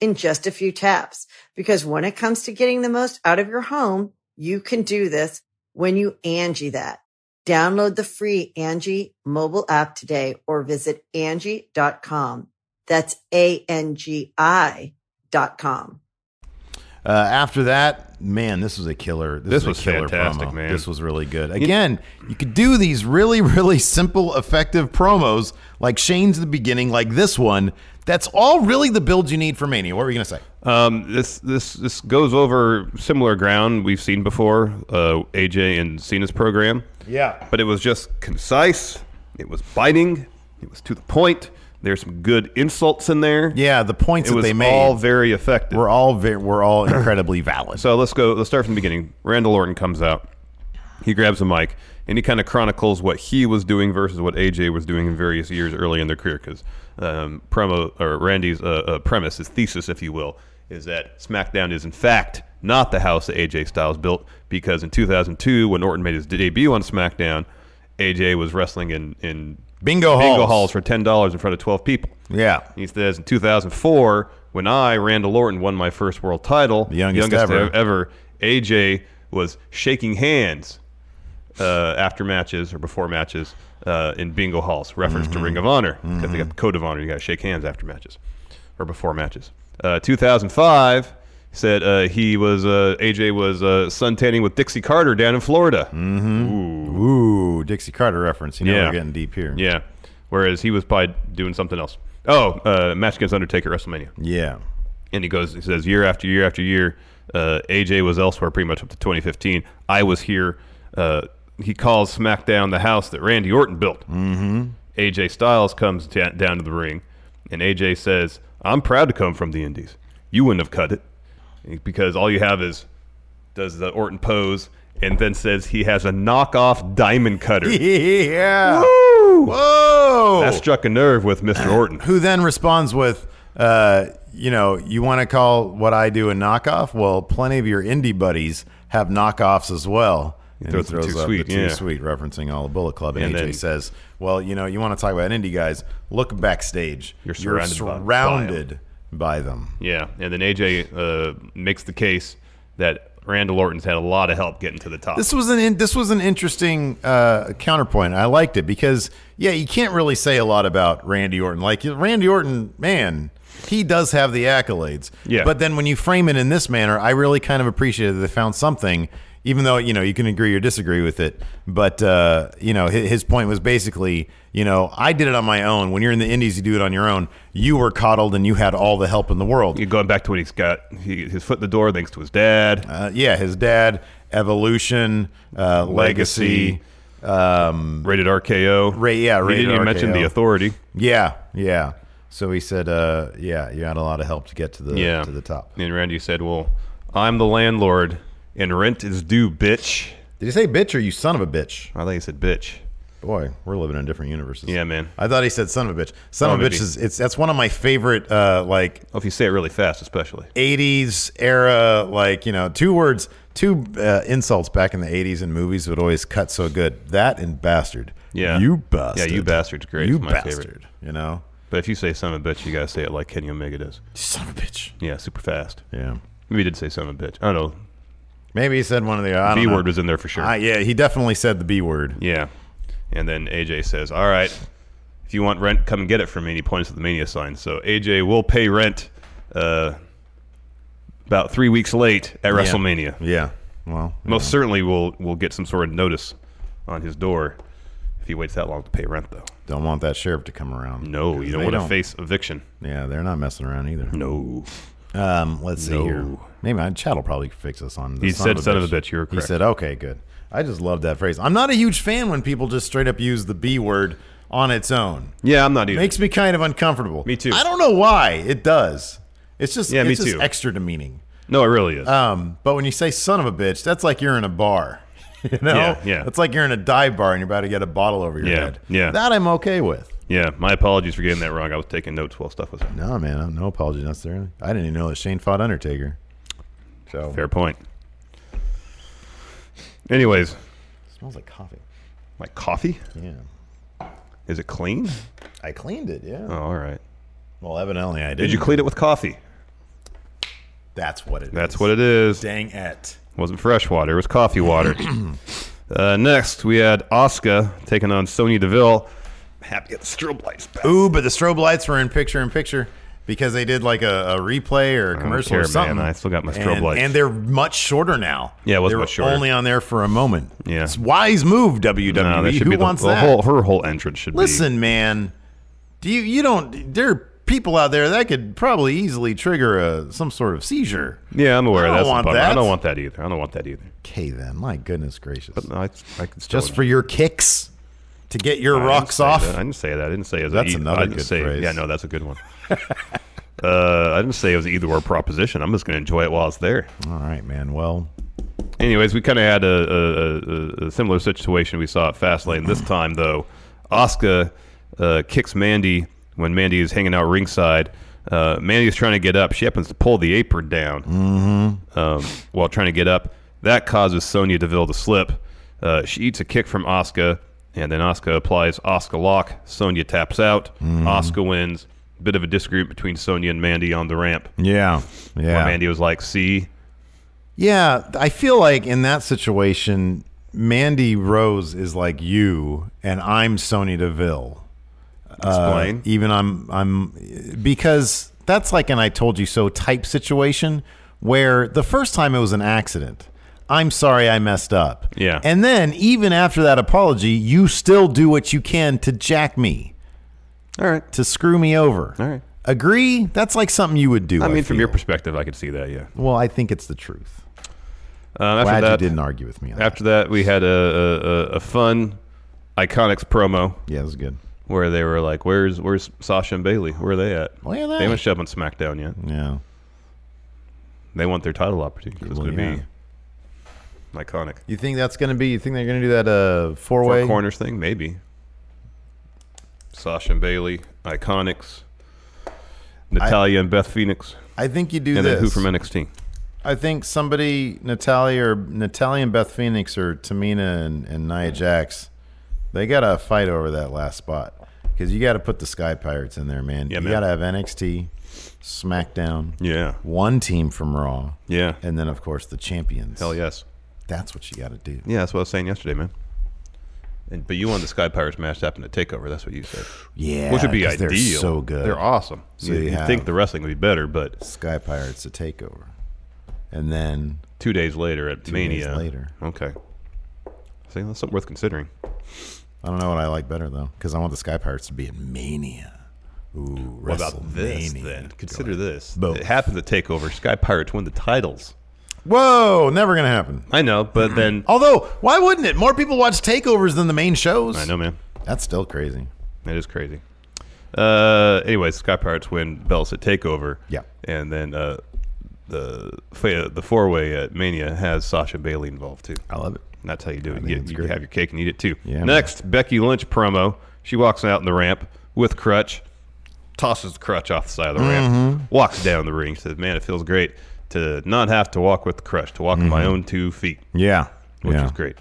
Speaker 3: in just a few taps. Because when it comes to getting the most out of your home, you can do this when you Angie that. Download the free Angie mobile app today or visit Angie.com. That's A-N-G-I dot com.
Speaker 1: Uh, after that, man, this was a killer.
Speaker 2: This
Speaker 1: a
Speaker 2: was
Speaker 1: killer
Speaker 2: fantastic,
Speaker 1: promo.
Speaker 2: man.
Speaker 1: This was really good. Again, you could do these really, really simple, effective promos like Shane's at the beginning, like this one. That's all really the build you need for Mania. What were you gonna say?
Speaker 2: Um, this this this goes over similar ground we've seen before. Uh, AJ and Cena's program.
Speaker 1: Yeah.
Speaker 2: but it was just concise. It was biting. It was to the point. There's some good insults in there.
Speaker 1: Yeah, the points
Speaker 2: it
Speaker 1: that
Speaker 2: was
Speaker 1: they made
Speaker 2: all very effective.
Speaker 1: were all ve- were all incredibly valid.
Speaker 2: So let's go. Let's start from the beginning. Randall Orton comes out. He grabs a mic and he kind of chronicles what he was doing versus what AJ was doing in various years early in their career. Because um, promo or Randy's uh, uh, premise, his thesis, if you will, is that SmackDown is in fact not the house that AJ Styles built. Because in 2002, when Orton made his debut on SmackDown, AJ was wrestling in in
Speaker 1: Bingo halls.
Speaker 2: halls for ten dollars in front of 12 people.
Speaker 1: yeah,
Speaker 2: He says in 2004, when I, Randall Orton, won my first world title,
Speaker 1: The youngest ever.
Speaker 2: ev- ever, AJ was shaking hands uh, after matches or before matches uh, in bingo halls, reference
Speaker 1: Mm-hmm.
Speaker 2: to Ring of Honor because they got the code of honor. You got to shake hands after matches or before matches. Uh, 2005 said uh, he was uh, AJ was uh, suntanning with Dixie Carter down in Florida.
Speaker 1: Mm. ooh, Dixie Carter reference. You know
Speaker 2: Yeah.
Speaker 1: we're getting deep here.
Speaker 2: Yeah, whereas he was probably doing something else. Oh, uh, match against Undertaker at WrestleMania.
Speaker 1: yeah.
Speaker 2: and he goes he says year after year after year uh, aj was elsewhere pretty much up to 2015 i was here uh, he calls smackdown the house that randy orton built mm-hmm. aj styles comes da- down to the ring and aj says i'm proud to come from the indies you wouldn't have cut it because all you have is does the orton pose and then says he has a knockoff diamond cutter
Speaker 1: Yeah.
Speaker 2: that
Speaker 1: Whoa.
Speaker 2: struck a nerve with mr orton
Speaker 1: Who then responds with, uh, you know, you want to call what I do a knockoff? Well, plenty of your indie buddies have knockoffs as well. And
Speaker 2: throws the Too Sweet,
Speaker 1: the Too
Speaker 2: yeah.
Speaker 1: sweet, referencing all the Bullet Club. And,
Speaker 2: And
Speaker 1: AJ
Speaker 2: then-
Speaker 1: says, well, you know, you want to talk about indie guys? Look backstage.
Speaker 2: You're surrounded by- by 'em."
Speaker 1: surrounded by them.
Speaker 2: Yeah, and then AJ uh, makes the case that Randall Orton's had a lot of help getting to the top.
Speaker 1: This was an in, this was an interesting uh, counterpoint. I liked it because yeah, you can't really say a lot about Randy Orton. Like Randy Orton, man, he does have the accolades.
Speaker 2: Yeah.
Speaker 1: But then when you frame it in this manner, I really kind of appreciated that they found something, even though you know you can agree or disagree with it. But uh, you know his, his point was basically, you know, I did it on my own. When you're in the Indies, you do it on your own. You were coddled and you had all the help in the world.
Speaker 2: You're going back to what he's got he, his foot in the door thanks to his dad.
Speaker 1: Uh, yeah, his dad, evolution, uh, legacy. um,
Speaker 2: Legacy. rated RKO.
Speaker 1: Ra- yeah,
Speaker 2: He
Speaker 1: rated
Speaker 2: didn't even mention
Speaker 1: RKO.
Speaker 2: the authority.
Speaker 1: Yeah, yeah. So he said, uh, "Yeah, you had a lot of help to get to the
Speaker 2: yeah,
Speaker 1: to the top."
Speaker 2: And Randy said, "Well, I'm the landlord, and rent is due, bitch."
Speaker 1: Did he say "bitch" or "you son of a bitch"?
Speaker 2: I think he said, "Bitch."
Speaker 1: Boy, we're living in different universes.
Speaker 2: Yeah, man.
Speaker 1: I thought he said "son of a bitch." "Son
Speaker 2: Oh,
Speaker 1: of a
Speaker 2: maybe.
Speaker 1: bitch" is it's that's one of my favorite uh, like
Speaker 2: Oh, if you say it really fast, especially.
Speaker 1: '80s era like you know two words two uh, insults back in the '80s in movies would always cut so good that and bastard.
Speaker 2: Yeah.
Speaker 1: you
Speaker 2: Yeah,
Speaker 1: bastard.
Speaker 2: you bastard's great.
Speaker 1: You
Speaker 2: It's my favorite.
Speaker 1: bastard. You know,
Speaker 2: But if you say "son of a bitch," you gotta say it like Kenny Omega does.
Speaker 1: son of a bitch.
Speaker 2: Yeah, super fast.
Speaker 1: Yeah.
Speaker 2: Maybe he did say "son of a bitch." I don't know.
Speaker 1: Maybe he said one of the I don't
Speaker 2: B
Speaker 1: know.
Speaker 2: word was in there for sure.
Speaker 1: Ah, yeah, he definitely said the B word.
Speaker 2: Yeah. And then AJ says, All right, if you want rent, come and get it from me. And he points at the mania sign. So AJ will pay rent. Uh, about three weeks late at WrestleMania.
Speaker 1: Yeah. Well,
Speaker 2: Most certainly will will get some sort of notice on his door if he waits that long to pay rent, though.
Speaker 1: don't want that sheriff to come around.
Speaker 2: No,
Speaker 1: 'Cause
Speaker 2: you don't
Speaker 1: they
Speaker 2: want to face eviction.
Speaker 1: Yeah, they're not messing around either.
Speaker 2: No.
Speaker 1: Um, let's see
Speaker 2: No.
Speaker 1: here. Maybe I, Chad will probably fix us on. The
Speaker 2: He said son of a bitch,
Speaker 1: bitch.
Speaker 2: you were
Speaker 1: He
Speaker 2: correct.
Speaker 1: said, "Okay, good." I just love that phrase. I'm not a huge fan when people just straight up use the B word on its own.
Speaker 2: Yeah, I'm not either.
Speaker 1: Makes me kind of uncomfortable.
Speaker 2: Me too.
Speaker 1: I don't know why it does. It's just
Speaker 2: Yeah,
Speaker 1: it's
Speaker 2: me
Speaker 1: just
Speaker 2: too.
Speaker 1: extra demeaning.
Speaker 2: no, it really is.
Speaker 1: Um, but when you say "son of a bitch," that's like you're in a bar. You know,
Speaker 2: Yeah, yeah.
Speaker 1: That's like you're in a dive bar and you're about to get a bottle over your
Speaker 2: Yeah,
Speaker 1: head.
Speaker 2: yeah.
Speaker 1: That I'm okay with.
Speaker 2: yeah, my apologies for getting that wrong. I was taking notes while stuff was happening.
Speaker 1: No, man, no apology necessarily. I didn't even know that Shane fought Undertaker. So
Speaker 2: Fair point. Anyways,
Speaker 1: smells like coffee.
Speaker 2: my coffee
Speaker 1: Yeah.
Speaker 2: is it clean?
Speaker 1: I cleaned it, yeah.
Speaker 2: Oh, all right.
Speaker 1: Well, evidently I did.
Speaker 2: Did you clean it with coffee?
Speaker 1: That's what it
Speaker 2: That's what it is.
Speaker 1: Dang it.
Speaker 2: wasn't fresh water. It was coffee water. uh, next, we had Oscar taking on Sonya Deville. Happy at the strobe lights back.
Speaker 1: Ooh, but the strobe lights were in picture in picture because they did like a, a replay or a commercial
Speaker 2: care,
Speaker 1: or something.
Speaker 2: man. I still got my strobe
Speaker 1: and,
Speaker 2: lights.
Speaker 1: And they're much shorter now.
Speaker 2: Yeah, it was
Speaker 1: they were
Speaker 2: much shorter.
Speaker 1: only on there for a moment.
Speaker 2: Yeah.
Speaker 1: It's wise move, WWE.
Speaker 2: No, that should
Speaker 1: E, Who
Speaker 2: be the,
Speaker 1: wants
Speaker 2: the
Speaker 1: that?
Speaker 2: whole her whole entrance should be.
Speaker 1: Listen, man. Do you you don't there are people out there that could probably easily trigger a, some sort of seizure.
Speaker 2: Yeah, I'm aware.
Speaker 1: I don't
Speaker 2: That's the
Speaker 1: want
Speaker 2: bummer.
Speaker 1: that.
Speaker 2: I don't want that either. I don't want that either.
Speaker 1: Okay then. My goodness gracious.
Speaker 2: No, I, I could still
Speaker 1: Just for your kicks to get your rocks off.
Speaker 2: I didn't say that. I didn't say it was
Speaker 1: That's
Speaker 2: a,
Speaker 1: another
Speaker 2: I didn't
Speaker 1: good
Speaker 2: say,
Speaker 1: phrase.
Speaker 2: Yeah, no, that's a good one. uh, I didn't say it was an either or proposition. I'm just going to enjoy it while it's there.
Speaker 1: All right, man. Well,
Speaker 2: Anyways, we kind of had a, a, a, a similar situation we saw at Fastlane. This time, though, Asuka uh, kicks Mandy when Mandy is hanging out ringside. Uh, Mandy is trying to get up. She happens to pull the apron down um, while trying to get up. That causes Sonya Deville to slip. Uh, she eats a kick from Asuka, and then Asuka applies Asuka lock. Sonya taps out. Asuka wins. Bit of a disagreement between Sonya and Mandy on the ramp.
Speaker 1: yeah, yeah,
Speaker 2: Where Mandy was like, "See,
Speaker 1: yeah. I feel like in that situation, Mandy Rose is like you, and I'm Sony Deville.
Speaker 2: explain."
Speaker 1: Even I'm, I'm because that's like an "I told you so" type situation where the first time it was an accident. I'm sorry I messed up.
Speaker 2: Yeah.
Speaker 1: And then even after that apology, you still do what you can to jack me. All
Speaker 2: right.
Speaker 1: To screw me over.
Speaker 2: All right.
Speaker 1: Agree? That's like something you would do.
Speaker 2: I mean, from your
Speaker 1: feel.
Speaker 2: perspective, I could see that. Yeah.
Speaker 1: Well, I think it's the truth.
Speaker 2: Um, after
Speaker 1: Glad
Speaker 2: that,
Speaker 1: you didn't argue with me. On
Speaker 2: After that, we had a, a, a, a fun Iconics promo
Speaker 1: that. yeah, it was good.
Speaker 2: where they were like, "Where's where's Sasha and Bailey? Where are they at?
Speaker 1: Where are they?"
Speaker 2: They haven't showed up on SmackDown yet.
Speaker 1: Yeah,
Speaker 2: They want their title opportunity. It's
Speaker 1: Well,
Speaker 2: going to
Speaker 1: yeah.
Speaker 2: be iconic.
Speaker 1: you think that's gonna be? You think they're gonna do that uh, four
Speaker 2: Four
Speaker 1: way?
Speaker 2: corners thing, maybe. Sasha and Bailey, Iconics, Natalia and Beth Phoenix,
Speaker 1: I think you do
Speaker 2: and
Speaker 1: this.
Speaker 2: then who from NXT?
Speaker 1: I think somebody Natalia or Natalia and Beth Phoenix or Tamina and, and Nia Jax. They gotta fight over that last spot because you gotta put the Sky Pirates in there, man.
Speaker 2: Yeah,
Speaker 1: you
Speaker 2: man.
Speaker 1: gotta have NXT, SmackDown,
Speaker 2: Yeah.
Speaker 1: one team from Raw,
Speaker 2: Yeah.
Speaker 1: and then of course the champions.
Speaker 2: Hell yes.
Speaker 1: that's what you gotta do.
Speaker 2: Yeah, that's what I was saying yesterday, man. And, but you won the Sky Pirates match that happened to Takeover. That's what you said.
Speaker 1: Yeah,
Speaker 2: which would be
Speaker 1: 'cause
Speaker 2: ideal.
Speaker 1: They're so good.
Speaker 2: They're awesome.
Speaker 1: So
Speaker 2: you
Speaker 1: you
Speaker 2: you'd
Speaker 1: have-
Speaker 2: think the wrestling would be better, but
Speaker 1: Sky Pirates a takeover, and then
Speaker 2: two days later at
Speaker 1: days
Speaker 2: Mania.
Speaker 1: later.
Speaker 2: Okay. See, that's something worth considering.
Speaker 1: I don't know what I like better though, because I want the Sky Pirates to be in Mania. Ooh,
Speaker 2: What about this
Speaker 1: WrestleMania.
Speaker 2: then? Consider this.
Speaker 1: Both.
Speaker 2: It happens at Takeover. Sky Pirates win the titles.
Speaker 1: Whoa, never gonna happen.
Speaker 2: I know,
Speaker 1: Mm-hmm.
Speaker 2: but then
Speaker 1: Although, why wouldn't it? More people watch takeovers than the main shows.
Speaker 2: I know, man.
Speaker 1: That's still crazy.
Speaker 2: That is crazy. Uh, anyways, Sky Pirates win belts at Takeover.
Speaker 1: Yeah.
Speaker 2: and then uh, the fa- the four way at Mania has Sasha Bailey involved too.
Speaker 1: I love it.
Speaker 2: And that's how you do it.
Speaker 1: think
Speaker 2: You, get-
Speaker 1: it's
Speaker 2: you
Speaker 1: great.
Speaker 2: have your cake and eat it too.
Speaker 1: Yeah, man.
Speaker 2: Next, Becky Lynch promo. She walks out on the ramp with crutch, tosses the crutch off the side of the
Speaker 1: Mm-hmm.
Speaker 2: ramp, walks down the ring. Says, "Man, it feels great to not have to walk with the crutch, to walk on
Speaker 1: Mm-hmm.
Speaker 2: my own two feet,
Speaker 1: Yeah,
Speaker 2: which
Speaker 1: yeah.
Speaker 2: is great."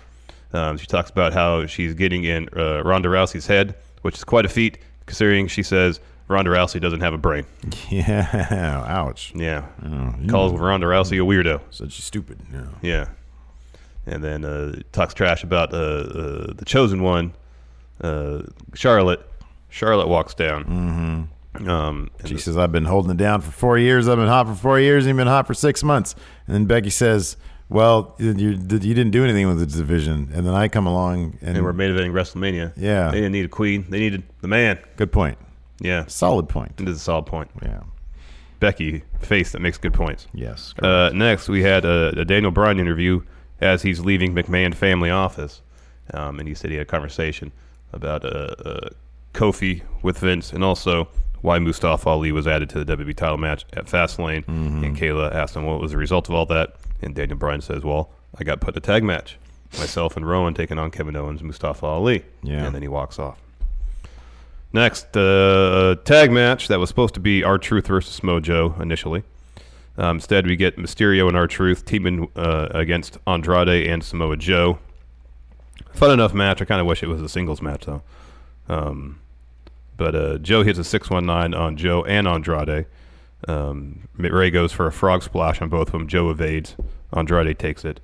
Speaker 2: Um, she talks about how she's getting in uh, Ronda Rousey's head, which is quite a feat considering she says Ronda Rousey doesn't have a brain.
Speaker 1: Yeah. Ouch.
Speaker 2: Yeah,
Speaker 1: Oh,
Speaker 2: calls Ronda Rousey a weirdo.
Speaker 1: Said she's stupid. Yeah.
Speaker 2: Yeah. And then uh, talks trash about uh, uh, the chosen one, uh, Charlotte. Charlotte walks down.
Speaker 1: Mm-hmm.
Speaker 2: Um, and
Speaker 1: She says, I've been holding it down for four years. I've been hot for four years. And you've been hot for six months. And then Becky says, Well, you, you didn't do anything with the division. And then I come along and,
Speaker 2: they were main eventing WrestleMania.
Speaker 1: Yeah.
Speaker 2: They didn't need a queen. They needed the man.
Speaker 1: good point.
Speaker 2: Yeah.
Speaker 1: Solid point.
Speaker 2: It is a solid point.
Speaker 1: Yeah.
Speaker 2: Becky, face that makes good points.
Speaker 1: Yes.
Speaker 2: Uh, next, we had a, a Daniel Bryan interview as he's leaving McMahon family office, um, and he said he had a conversation about uh, uh, Kofi with Vince, and also why Mustafa Ali was added to the WWE title match at Fastlane. And Kayla asked him what was the result of all that, and Daniel Bryan says, "Well, I got put in a tag match, myself and Rowan taking on Kevin Owens, and Mustafa Ali."
Speaker 1: Yeah.
Speaker 2: and then he walks off. Next, uh, tag match that was supposed to be our Truth versus Mojo initially. Um, instead, we get Mysterio and our Truth teaming uh, against Andrade and Samoa Joe. Fun enough match. I kind of wish it was a singles match though. Um, but uh, Joe hits a six one nine on Joe and Andrade. Um, Ray goes for a frog splash on both of them. Joe evades. Andrade takes it.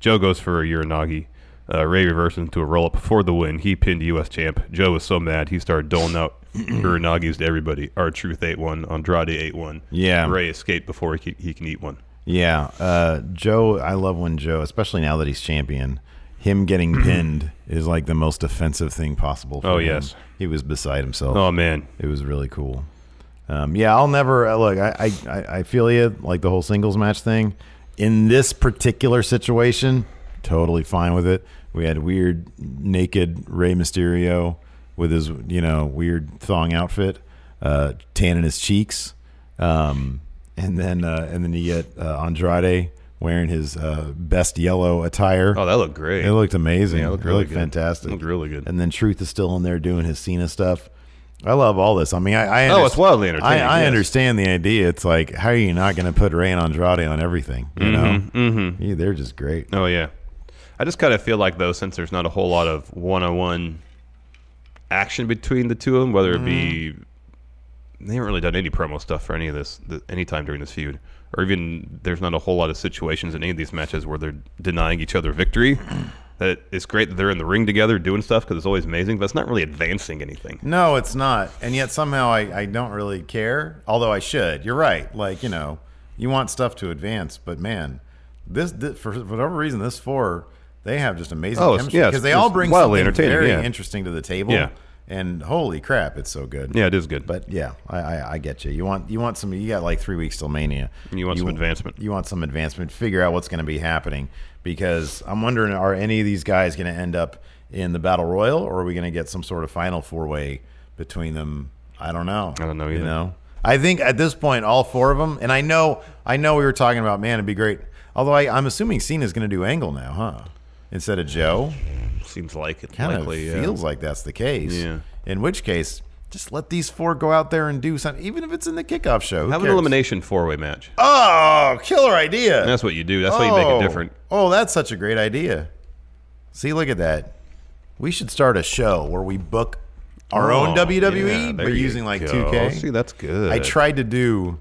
Speaker 2: Joe goes for a Uranagi. Uh, Ray reverses into a roll up for the win. He pinned U.S. champ. Joe was so mad he started doling out Uranagis to everybody. Our Truth ate one. Andrade ate one.
Speaker 1: Yeah.
Speaker 2: Ray escaped before he can, he can eat one.
Speaker 1: Yeah, uh, Joe. I love when Joe, especially now that he's champion, him getting pinned is like the most offensive thing possible. For
Speaker 2: Mm-hmm. Oh,
Speaker 1: him.
Speaker 2: yes.
Speaker 1: he was beside himself.
Speaker 2: Oh man,
Speaker 1: It was really cool. Um, yeah, I'll never uh, look. I, I- I I feel you. Like the whole singles match thing. In this particular situation, totally fine with it. We had weird naked Rey Mysterio with his you know weird thong outfit, uh, tanning his cheeks, um, and then uh, and then you get uh, Andrade wearing his uh, best yellow attire.
Speaker 2: Oh, that looked great.
Speaker 1: It looked amazing.
Speaker 2: Yeah, it
Speaker 1: it
Speaker 2: looked
Speaker 1: looked,
Speaker 2: really good.
Speaker 1: fantastic.
Speaker 2: Looked really good.
Speaker 1: And then Truth is still in there doing his Cena stuff. I love all this. I mean, I, I
Speaker 2: Oh,
Speaker 1: underst-
Speaker 2: it's wildly entertaining,
Speaker 1: I, I
Speaker 2: yes.
Speaker 1: understand the idea. It's like, how are you not going to put Ray and Andrade on everything? You know, mm-hmm. Yeah, they're just great.
Speaker 2: oh yeah, I just kind of feel like though, since there's not a whole lot of one-on-one action between the two of them, whether it be
Speaker 1: Mm-hmm.
Speaker 2: they haven't really done any promo stuff for any of this th- any time during this feud, or even there's not a whole lot of situations in any of these matches where they're denying each other victory. That it's great that they're in the ring together doing stuff because it's always amazing, but it's not really advancing anything.
Speaker 1: No, it's not. And yet somehow I, I don't really care. Although I should. You're right. Like you know, you want stuff to advance, but man, this, this for whatever reason, this four they have just amazing
Speaker 2: Oh, it's-
Speaker 1: chemistry
Speaker 2: yeah,
Speaker 1: because
Speaker 2: it's-
Speaker 1: they all
Speaker 2: it's
Speaker 1: bring
Speaker 2: wildly
Speaker 1: something
Speaker 2: entertaining,
Speaker 1: very
Speaker 2: yeah.
Speaker 1: interesting to the table.
Speaker 2: Yeah.
Speaker 1: And holy crap, it's so good.
Speaker 2: Yeah, it is good.
Speaker 1: But yeah, I, I, I get you. You want you want some. You got like three weeks till Mania.
Speaker 2: You want some advancement.
Speaker 1: You want some advancement. Figure out what's going to be happening because I'm wondering: are any of these guys going to end up in the battle royal, or are we going to get some sort of final four way between them? I don't know.
Speaker 2: I don't know
Speaker 1: You
Speaker 2: either.
Speaker 1: know, I think at this point, all four of them. And I know, I know, we were talking about man, it'd be great. Although I, I'm assuming Cena's going to do Angle now, huh? Instead of Joe
Speaker 2: Seems like it
Speaker 1: kind
Speaker 2: likely
Speaker 1: of
Speaker 2: yeah.
Speaker 1: feels like that's the case.
Speaker 2: Yeah.
Speaker 1: In which case, just let these four go out there and do something, even if it's in the kickoff show. Who
Speaker 2: have an
Speaker 1: cares?
Speaker 2: elimination four-way match.
Speaker 1: Oh, killer idea!
Speaker 2: That's what you do. That's how you make it different.
Speaker 1: Oh, that's such a great idea. See, look at that. We should start a show where we book our
Speaker 2: Oh,
Speaker 1: own WWE,
Speaker 2: yeah,
Speaker 1: but
Speaker 2: there you
Speaker 1: using like
Speaker 2: go. Oh,
Speaker 1: 2K.
Speaker 2: See, that's good.
Speaker 1: I tried to do,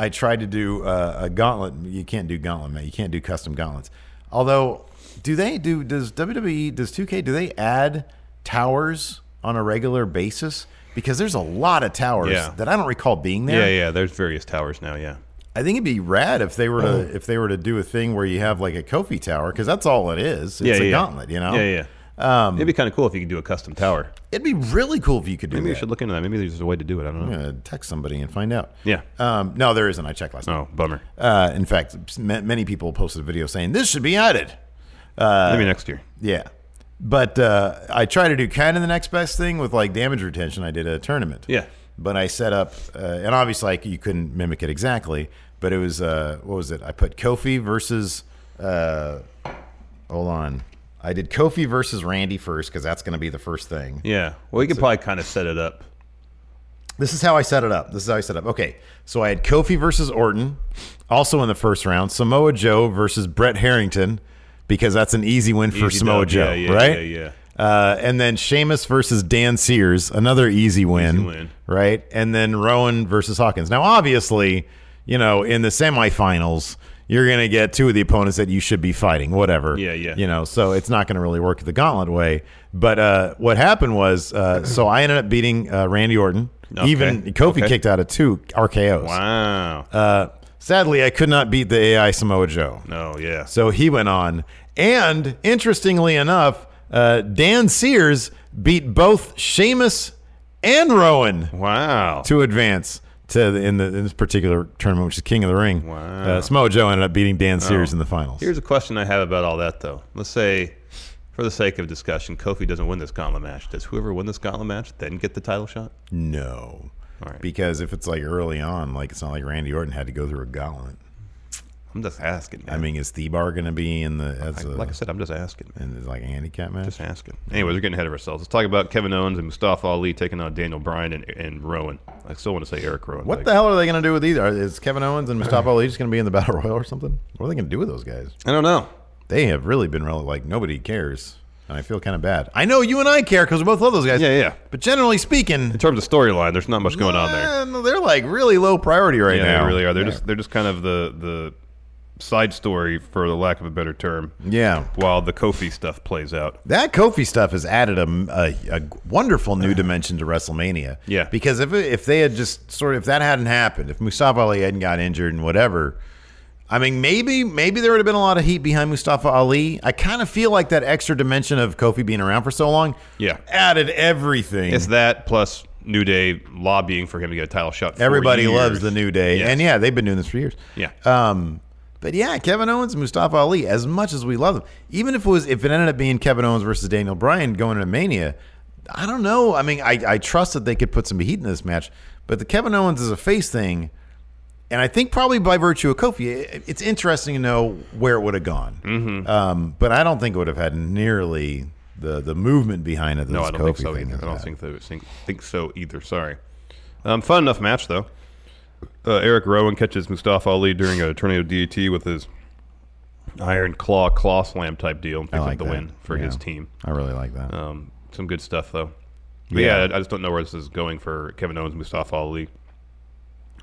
Speaker 1: I tried to do uh, a gauntlet. You can't do gauntlet, man. You can't do custom gauntlets. Although, do they do? Does WWE does 2K do they add towers on a regular basis? Because there's a lot of towers
Speaker 2: Yeah.
Speaker 1: that I don't recall being there.
Speaker 2: Yeah, yeah. There's various towers now. Yeah.
Speaker 1: I think it'd be rad if they were
Speaker 2: Oh.
Speaker 1: to if they were to do a thing where you have like a Kofi tower because that's all it is. It's
Speaker 2: yeah,
Speaker 1: a
Speaker 2: yeah.
Speaker 1: gauntlet, you know.
Speaker 2: Yeah, yeah.
Speaker 1: Um,
Speaker 2: It'd be kind of cool if you could do a custom tower.
Speaker 1: It'd be really cool if you could do
Speaker 2: Maybe we
Speaker 1: that.
Speaker 2: should look into that. Maybe there's a way to do it. I don't
Speaker 1: I'm
Speaker 2: know.
Speaker 1: gonna text somebody and find out.
Speaker 2: Yeah.
Speaker 1: Um, no, there isn't. I checked last night.
Speaker 2: Oh, bummer.
Speaker 1: Uh, in fact, ma- many people posted a video saying this should be added. Uh,
Speaker 2: Maybe next year.
Speaker 1: Yeah. But uh, I try to do kind of the next best thing with like damage retention. I did at a tournament.
Speaker 2: Yeah.
Speaker 1: But I set up, uh, and obviously like, you couldn't mimic it exactly, but it was, uh, what was it? I put Kofi versus, uh, hold on. I did Kofi versus Randy first because that's going to be the first thing.
Speaker 2: Yeah. Well, you could probably kind of set it up.
Speaker 1: This is how I set it up. This is how I set it up. Okay, so I had Kofi versus Orton, also in the first round. Samoa Joe versus Brett Harrington, because that's an easy win for
Speaker 2: Easy
Speaker 1: Samoa
Speaker 2: dub.
Speaker 1: Joe,
Speaker 2: Yeah, yeah,
Speaker 1: right?
Speaker 2: yeah, yeah.
Speaker 1: Uh, and then Sheamus versus Dan Sears, another easy win,
Speaker 2: win.
Speaker 1: right? And then Rowan versus Hawkins. Now, obviously, you know, in the semifinals, you're gonna get two of the opponents that you should be fighting, whatever.
Speaker 2: Yeah, yeah.
Speaker 1: You know know, so it's not going to really work the gauntlet way. But uh, what happened was, uh, so I ended up beating uh, Randy Orton.
Speaker 2: Okay.
Speaker 1: Even Kofi
Speaker 2: Okay.
Speaker 1: kicked out of two RKOs.
Speaker 2: Wow.
Speaker 1: Uh, sadly, I could not beat the AI Samoa Joe.
Speaker 2: No, yeah.
Speaker 1: So he went on. And interestingly enough, uh, Dan Sears beat both Sheamus and Rowan
Speaker 2: wow.
Speaker 1: to advance to the, in, the, in this particular tournament, which is King of the Ring. Wow. Uh, Samoa Joe ended up beating Dan Sears in the finals.
Speaker 2: Oh. Here's a question I have about all that, though. Let's say, for the sake of discussion, Kofi doesn't win this gauntlet match. Does whoever win this gauntlet match then get the title shot?
Speaker 1: no.
Speaker 2: All right.
Speaker 1: Because if it's like early on, like it's not like Randy Orton had to go through a gauntlet.
Speaker 2: I'm just asking. Man.
Speaker 1: I uh, mean, is The Bar going to be in the as
Speaker 2: I-
Speaker 1: a,
Speaker 2: like I said, I'm just asking. Man.
Speaker 1: in the, like a handicap match?
Speaker 2: Just asking. Anyways, we're getting ahead of ourselves. Let's talk about Kevin Owens and Mustafa Ali taking on Daniel Bryan and, and Rowan. I still want to say Eric Rowan.
Speaker 1: What
Speaker 2: but
Speaker 1: the hell are they going to do with these? Are, is Kevin Owens and Mustafa Ali just going to be in the Battle Royal or something? What are they going to do with those guys?
Speaker 2: I don't know.
Speaker 1: They have really been rel like nobody cares, and I feel kind of bad. I know you and I care because we both love those guys.
Speaker 2: Yeah, yeah.
Speaker 1: But generally speaking,
Speaker 2: In terms of storyline, there's not much going on there.
Speaker 1: eh, no, they're like really low priority right
Speaker 2: yeah,
Speaker 1: now.
Speaker 2: they really are. They're just they're just kind of the the side story, for the lack of a better term.
Speaker 1: Yeah.
Speaker 2: While the Kofi stuff plays out.
Speaker 1: That Kofi stuff has added a, a, a wonderful new dimension to WrestleMania.
Speaker 2: Yeah.
Speaker 1: Because if if they had just sort of if that hadn't happened, if Mustafa Ali hadn't got injured and whatever, I mean maybe maybe there would have been a lot of heat behind Mustafa Ali. I kind of feel like that extra dimension of Kofi being around for so long,
Speaker 2: Yeah.
Speaker 1: added everything.
Speaker 2: It's that plus New Day lobbying for him to get a title shot. for
Speaker 1: Everybody
Speaker 2: years.
Speaker 1: loves the New Day,
Speaker 2: Yes.
Speaker 1: and yeah, they've been doing this for years.
Speaker 2: Yeah.
Speaker 1: Um, but yeah, Kevin Owens, and Mustafa Ali, as much as we love them, even if it was if it ended up being Kevin Owens versus Daniel Bryan going into Mania, I don't know. I mean, I, I trust that they could put some heat in this match, but the Kevin Owens is a face thing, and I think probably by virtue of Kofi, it, it's interesting to know where it would have gone.
Speaker 2: Mm-hmm.
Speaker 1: Um, but I don't think it would have had nearly the the movement behind it. that
Speaker 2: No,
Speaker 1: this
Speaker 2: I don't
Speaker 1: Kofi
Speaker 2: think so
Speaker 1: thing
Speaker 2: either.
Speaker 1: has
Speaker 2: I don't
Speaker 1: had.
Speaker 2: think, so- think, think so either. Sorry. Um, fun enough match though. Uh, Eric Rowan catches Mustafa Ali during a tornado DDT with his iron claw claw slam type deal and picks
Speaker 1: like
Speaker 2: up the
Speaker 1: that.
Speaker 2: win for his
Speaker 1: Yeah.
Speaker 2: team.
Speaker 1: I really like that.
Speaker 2: Um, some good stuff though. But yeah. I I just don't know where this is going for Kevin Owens, Mustafa Ali.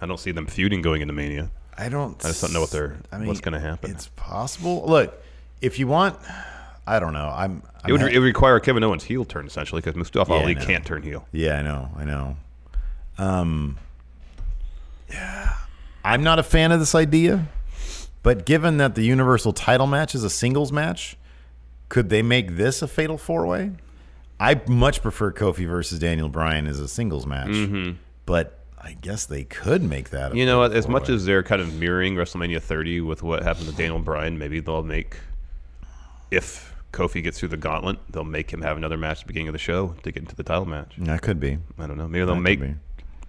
Speaker 2: I don't see them feuding going into Mania.
Speaker 1: I don't.
Speaker 2: I just don't know what they're-
Speaker 1: I
Speaker 2: what's gonna happen.
Speaker 1: It's possible. Look, if you want, I don't know. I'm. I'm
Speaker 2: It would,
Speaker 1: ha-
Speaker 2: it would require a Kevin Owens heel turn essentially because Mustafa
Speaker 1: Yeah, I
Speaker 2: Ali
Speaker 1: know.
Speaker 2: can't turn heel.
Speaker 1: yeah, I know. I know. Um. Yeah, I'm not a fan of this idea, but given that the Universal Title match is a singles match, could they make this a fatal four way? I much prefer Kofi versus Daniel Bryan as a singles match, but I guess they could make that. A
Speaker 2: Mm-hmm. You know, what?
Speaker 1: fatal
Speaker 2: as much
Speaker 1: four-way.
Speaker 2: as they're kind of mirroring WrestleMania 30 with what happened to Daniel Bryan, maybe they'll make if Kofi gets through the gauntlet, they'll make him have another match at the beginning of the show to get into the title match.
Speaker 1: that could be.
Speaker 2: I don't know. Maybe they'll
Speaker 1: could
Speaker 2: make
Speaker 1: be.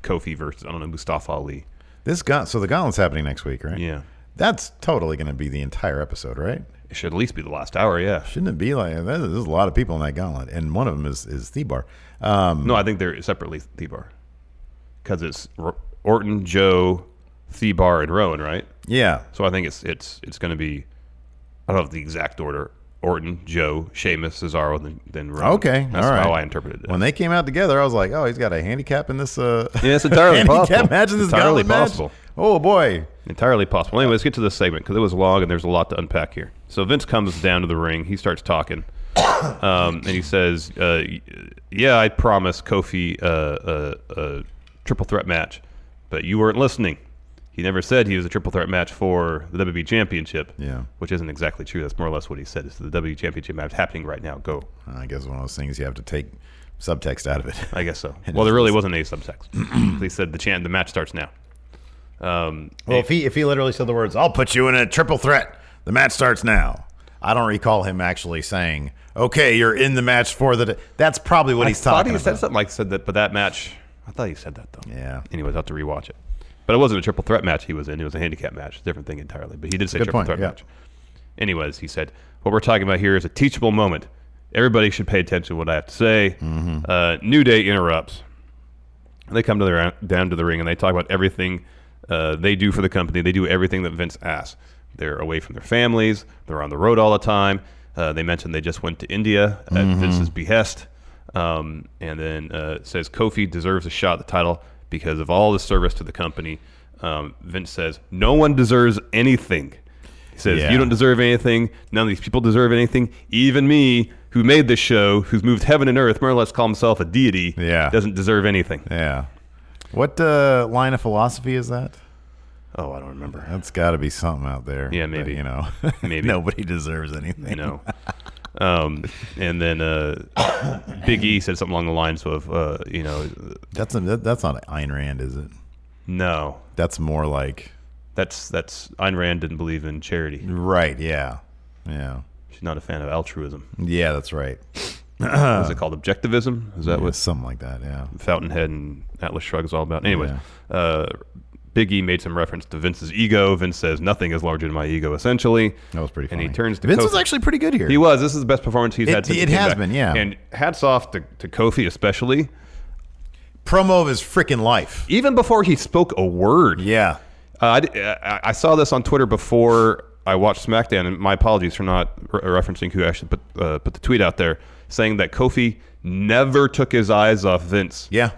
Speaker 2: Kofi versus I don't know Mustafa Ali.
Speaker 1: This got so the gauntlet's happening next week, right?
Speaker 2: Yeah,
Speaker 1: That's totally going to be the entire episode, right?
Speaker 2: it should at least be the last hour. Yeah.
Speaker 1: Shouldn't it be like that? There's a lot of people in that gauntlet, and one of them is is Thebar. Um,
Speaker 2: No, I think they're separately Thebar because it's R- Orton, Joe, Thebar, and Rowan, right?
Speaker 1: yeah,
Speaker 2: So I think it's it's it's going to be I don't know the exact order: Orton, Joe, Sheamus, Cesaro, then then Rowan.
Speaker 1: okay,
Speaker 2: That's
Speaker 1: all right.
Speaker 2: how I interpreted it.
Speaker 1: When they came out together, I was like, oh, he's got a handicap in this. Uh,
Speaker 2: Yeah, it's entirely
Speaker 1: handicap
Speaker 2: possible.
Speaker 1: match in this
Speaker 2: Entirely
Speaker 1: gauntlet match?
Speaker 2: possible.
Speaker 1: Oh boy,
Speaker 2: Entirely possible. Anyway, let's get to this segment because it was long and there's a lot to unpack here. So Vince comes down to the ring. He starts talking. Um, and he says, uh, y- Yeah, I promised Kofi uh, a, a triple threat match, but you weren't listening. He never said he was a triple threat match for the WWE Championship,
Speaker 1: Yeah.
Speaker 2: which isn't exactly true. That's more or less what he said. It's the WWE Championship match happening right now. Go.
Speaker 1: I guess one of those things you have to take subtext out of it.
Speaker 2: I guess so. Well, there really wasn't any subtext. he said the, chan- the match starts now. Um,
Speaker 1: Well, if he if he literally said the words, "I'll put you in a triple threat," the match starts now. I don't recall him actually saying, "Okay, you're in the match for the." d-" That's probably what
Speaker 2: I
Speaker 1: he's
Speaker 2: thought
Speaker 1: talking
Speaker 2: he
Speaker 1: about.
Speaker 2: said something like said that, but that match. I thought he said that though.
Speaker 1: Yeah.
Speaker 2: Anyways, I will have to rewatch it. But it wasn't a triple threat match he was in. It was a handicap match, different thing entirely. But he did say
Speaker 1: Good
Speaker 2: triple
Speaker 1: point,
Speaker 2: threat
Speaker 1: yeah.
Speaker 2: match. Anyways, he said, "What we're talking about here is a teachable moment. Everybody should pay attention to what I have to say."
Speaker 1: Mm-hmm.
Speaker 2: Uh, New Day interrupts. They come to their down to the ring and they talk about everything uh, they do for the company. They do everything that Vince asks. They're away from their families. They're on the road all the time. Uh, they mentioned they just went to India at
Speaker 1: Mm-hmm.
Speaker 2: Vince's behest. Um, and then uh, it says Kofi deserves a shot at the title because of all the service to the company. Um, Vince says no one deserves anything. He says
Speaker 1: Yeah.
Speaker 2: you don't deserve anything. None of these people deserve anything. Even me, who made this show, who's moved heaven and earth, more or less, call himself a deity,
Speaker 1: Yeah.
Speaker 2: doesn't deserve anything.
Speaker 1: Yeah. What uh, line of philosophy is that?
Speaker 2: Oh, I don't remember.
Speaker 1: That's got to be something out there.
Speaker 2: Yeah,
Speaker 1: that,
Speaker 2: maybe.
Speaker 1: you know,
Speaker 2: Maybe.
Speaker 1: nobody deserves anything.
Speaker 2: No. Um, and then uh, Big E said something along the lines of, uh, you know,
Speaker 1: That's a, that, that's not Ayn Rand, is it?
Speaker 2: no,
Speaker 1: That's more like
Speaker 2: that's that's Ayn Rand didn't believe in charity.
Speaker 1: right. Yeah, yeah,
Speaker 2: She's not a fan of altruism.
Speaker 1: yeah. That's right.
Speaker 2: Is it called objectivism? Is that
Speaker 1: It
Speaker 2: what
Speaker 1: was something like that. Yeah.
Speaker 2: Fountainhead and Atlas Shrugged is all about. Anyway, uh, Big E made some reference to Vince's ego. Vince says, Nothing is larger than my ego, essentially.
Speaker 1: That was pretty.
Speaker 2: And
Speaker 1: funny.
Speaker 2: he turns to
Speaker 1: Vince
Speaker 2: Kofi.
Speaker 1: was actually pretty good here.
Speaker 2: He was. This is the best performance he's
Speaker 1: It-
Speaker 2: had since he
Speaker 1: it
Speaker 2: came
Speaker 1: has
Speaker 2: back.
Speaker 1: been, yeah.
Speaker 2: And hats off to, to Kofi, especially.
Speaker 1: promo of his freaking life.
Speaker 2: Even before he spoke a word.
Speaker 1: Yeah.
Speaker 2: Uh, I d- I, I saw this on Twitter before I watched SmackDown, and my apologies for not re- referencing who actually put, uh, put the tweet out there saying that Kofi never took his eyes off Vince.
Speaker 1: Yeah.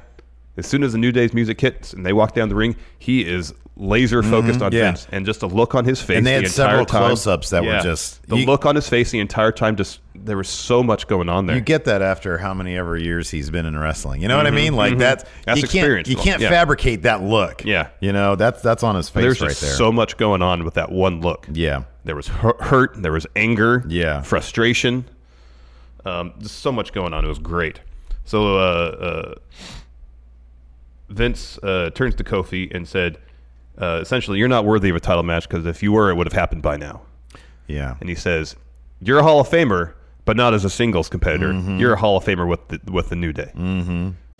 Speaker 2: As soon as the New Day's music hits and they walk down the ring, he is laser focused on
Speaker 1: Mm-hmm. yeah.
Speaker 2: Vince, and just a look on his face.
Speaker 1: And they had
Speaker 2: the entire
Speaker 1: several
Speaker 2: time-
Speaker 1: close-ups that were just-
Speaker 2: the
Speaker 1: you-
Speaker 2: look on his face the entire time. Just there was so much going on there. Mm-hmm,
Speaker 1: You get that after how many ever years he's been in wrestling. You know what I mean? Like that's
Speaker 2: That's
Speaker 1: you can't
Speaker 2: experience,
Speaker 1: you
Speaker 2: though.
Speaker 1: can't
Speaker 2: Yeah.
Speaker 1: fabricate that look.
Speaker 2: Yeah.
Speaker 1: You know, that's that's on his face
Speaker 2: There's
Speaker 1: right
Speaker 2: just
Speaker 1: there.
Speaker 2: so much going on with that one look.
Speaker 1: yeah.
Speaker 2: There was hu- hurt. There was anger.
Speaker 1: Yeah.
Speaker 2: Frustration. Um, just so much going on. It was great. So uh, uh, Vince uh, turns to Kofi and said, uh, essentially, you're not worthy of a title match because if you were, it would have happened by now.
Speaker 1: Yeah.
Speaker 2: And he says, you're a Hall of Famer, but not as a singles competitor. You're a Hall of Famer with the, with the New Day.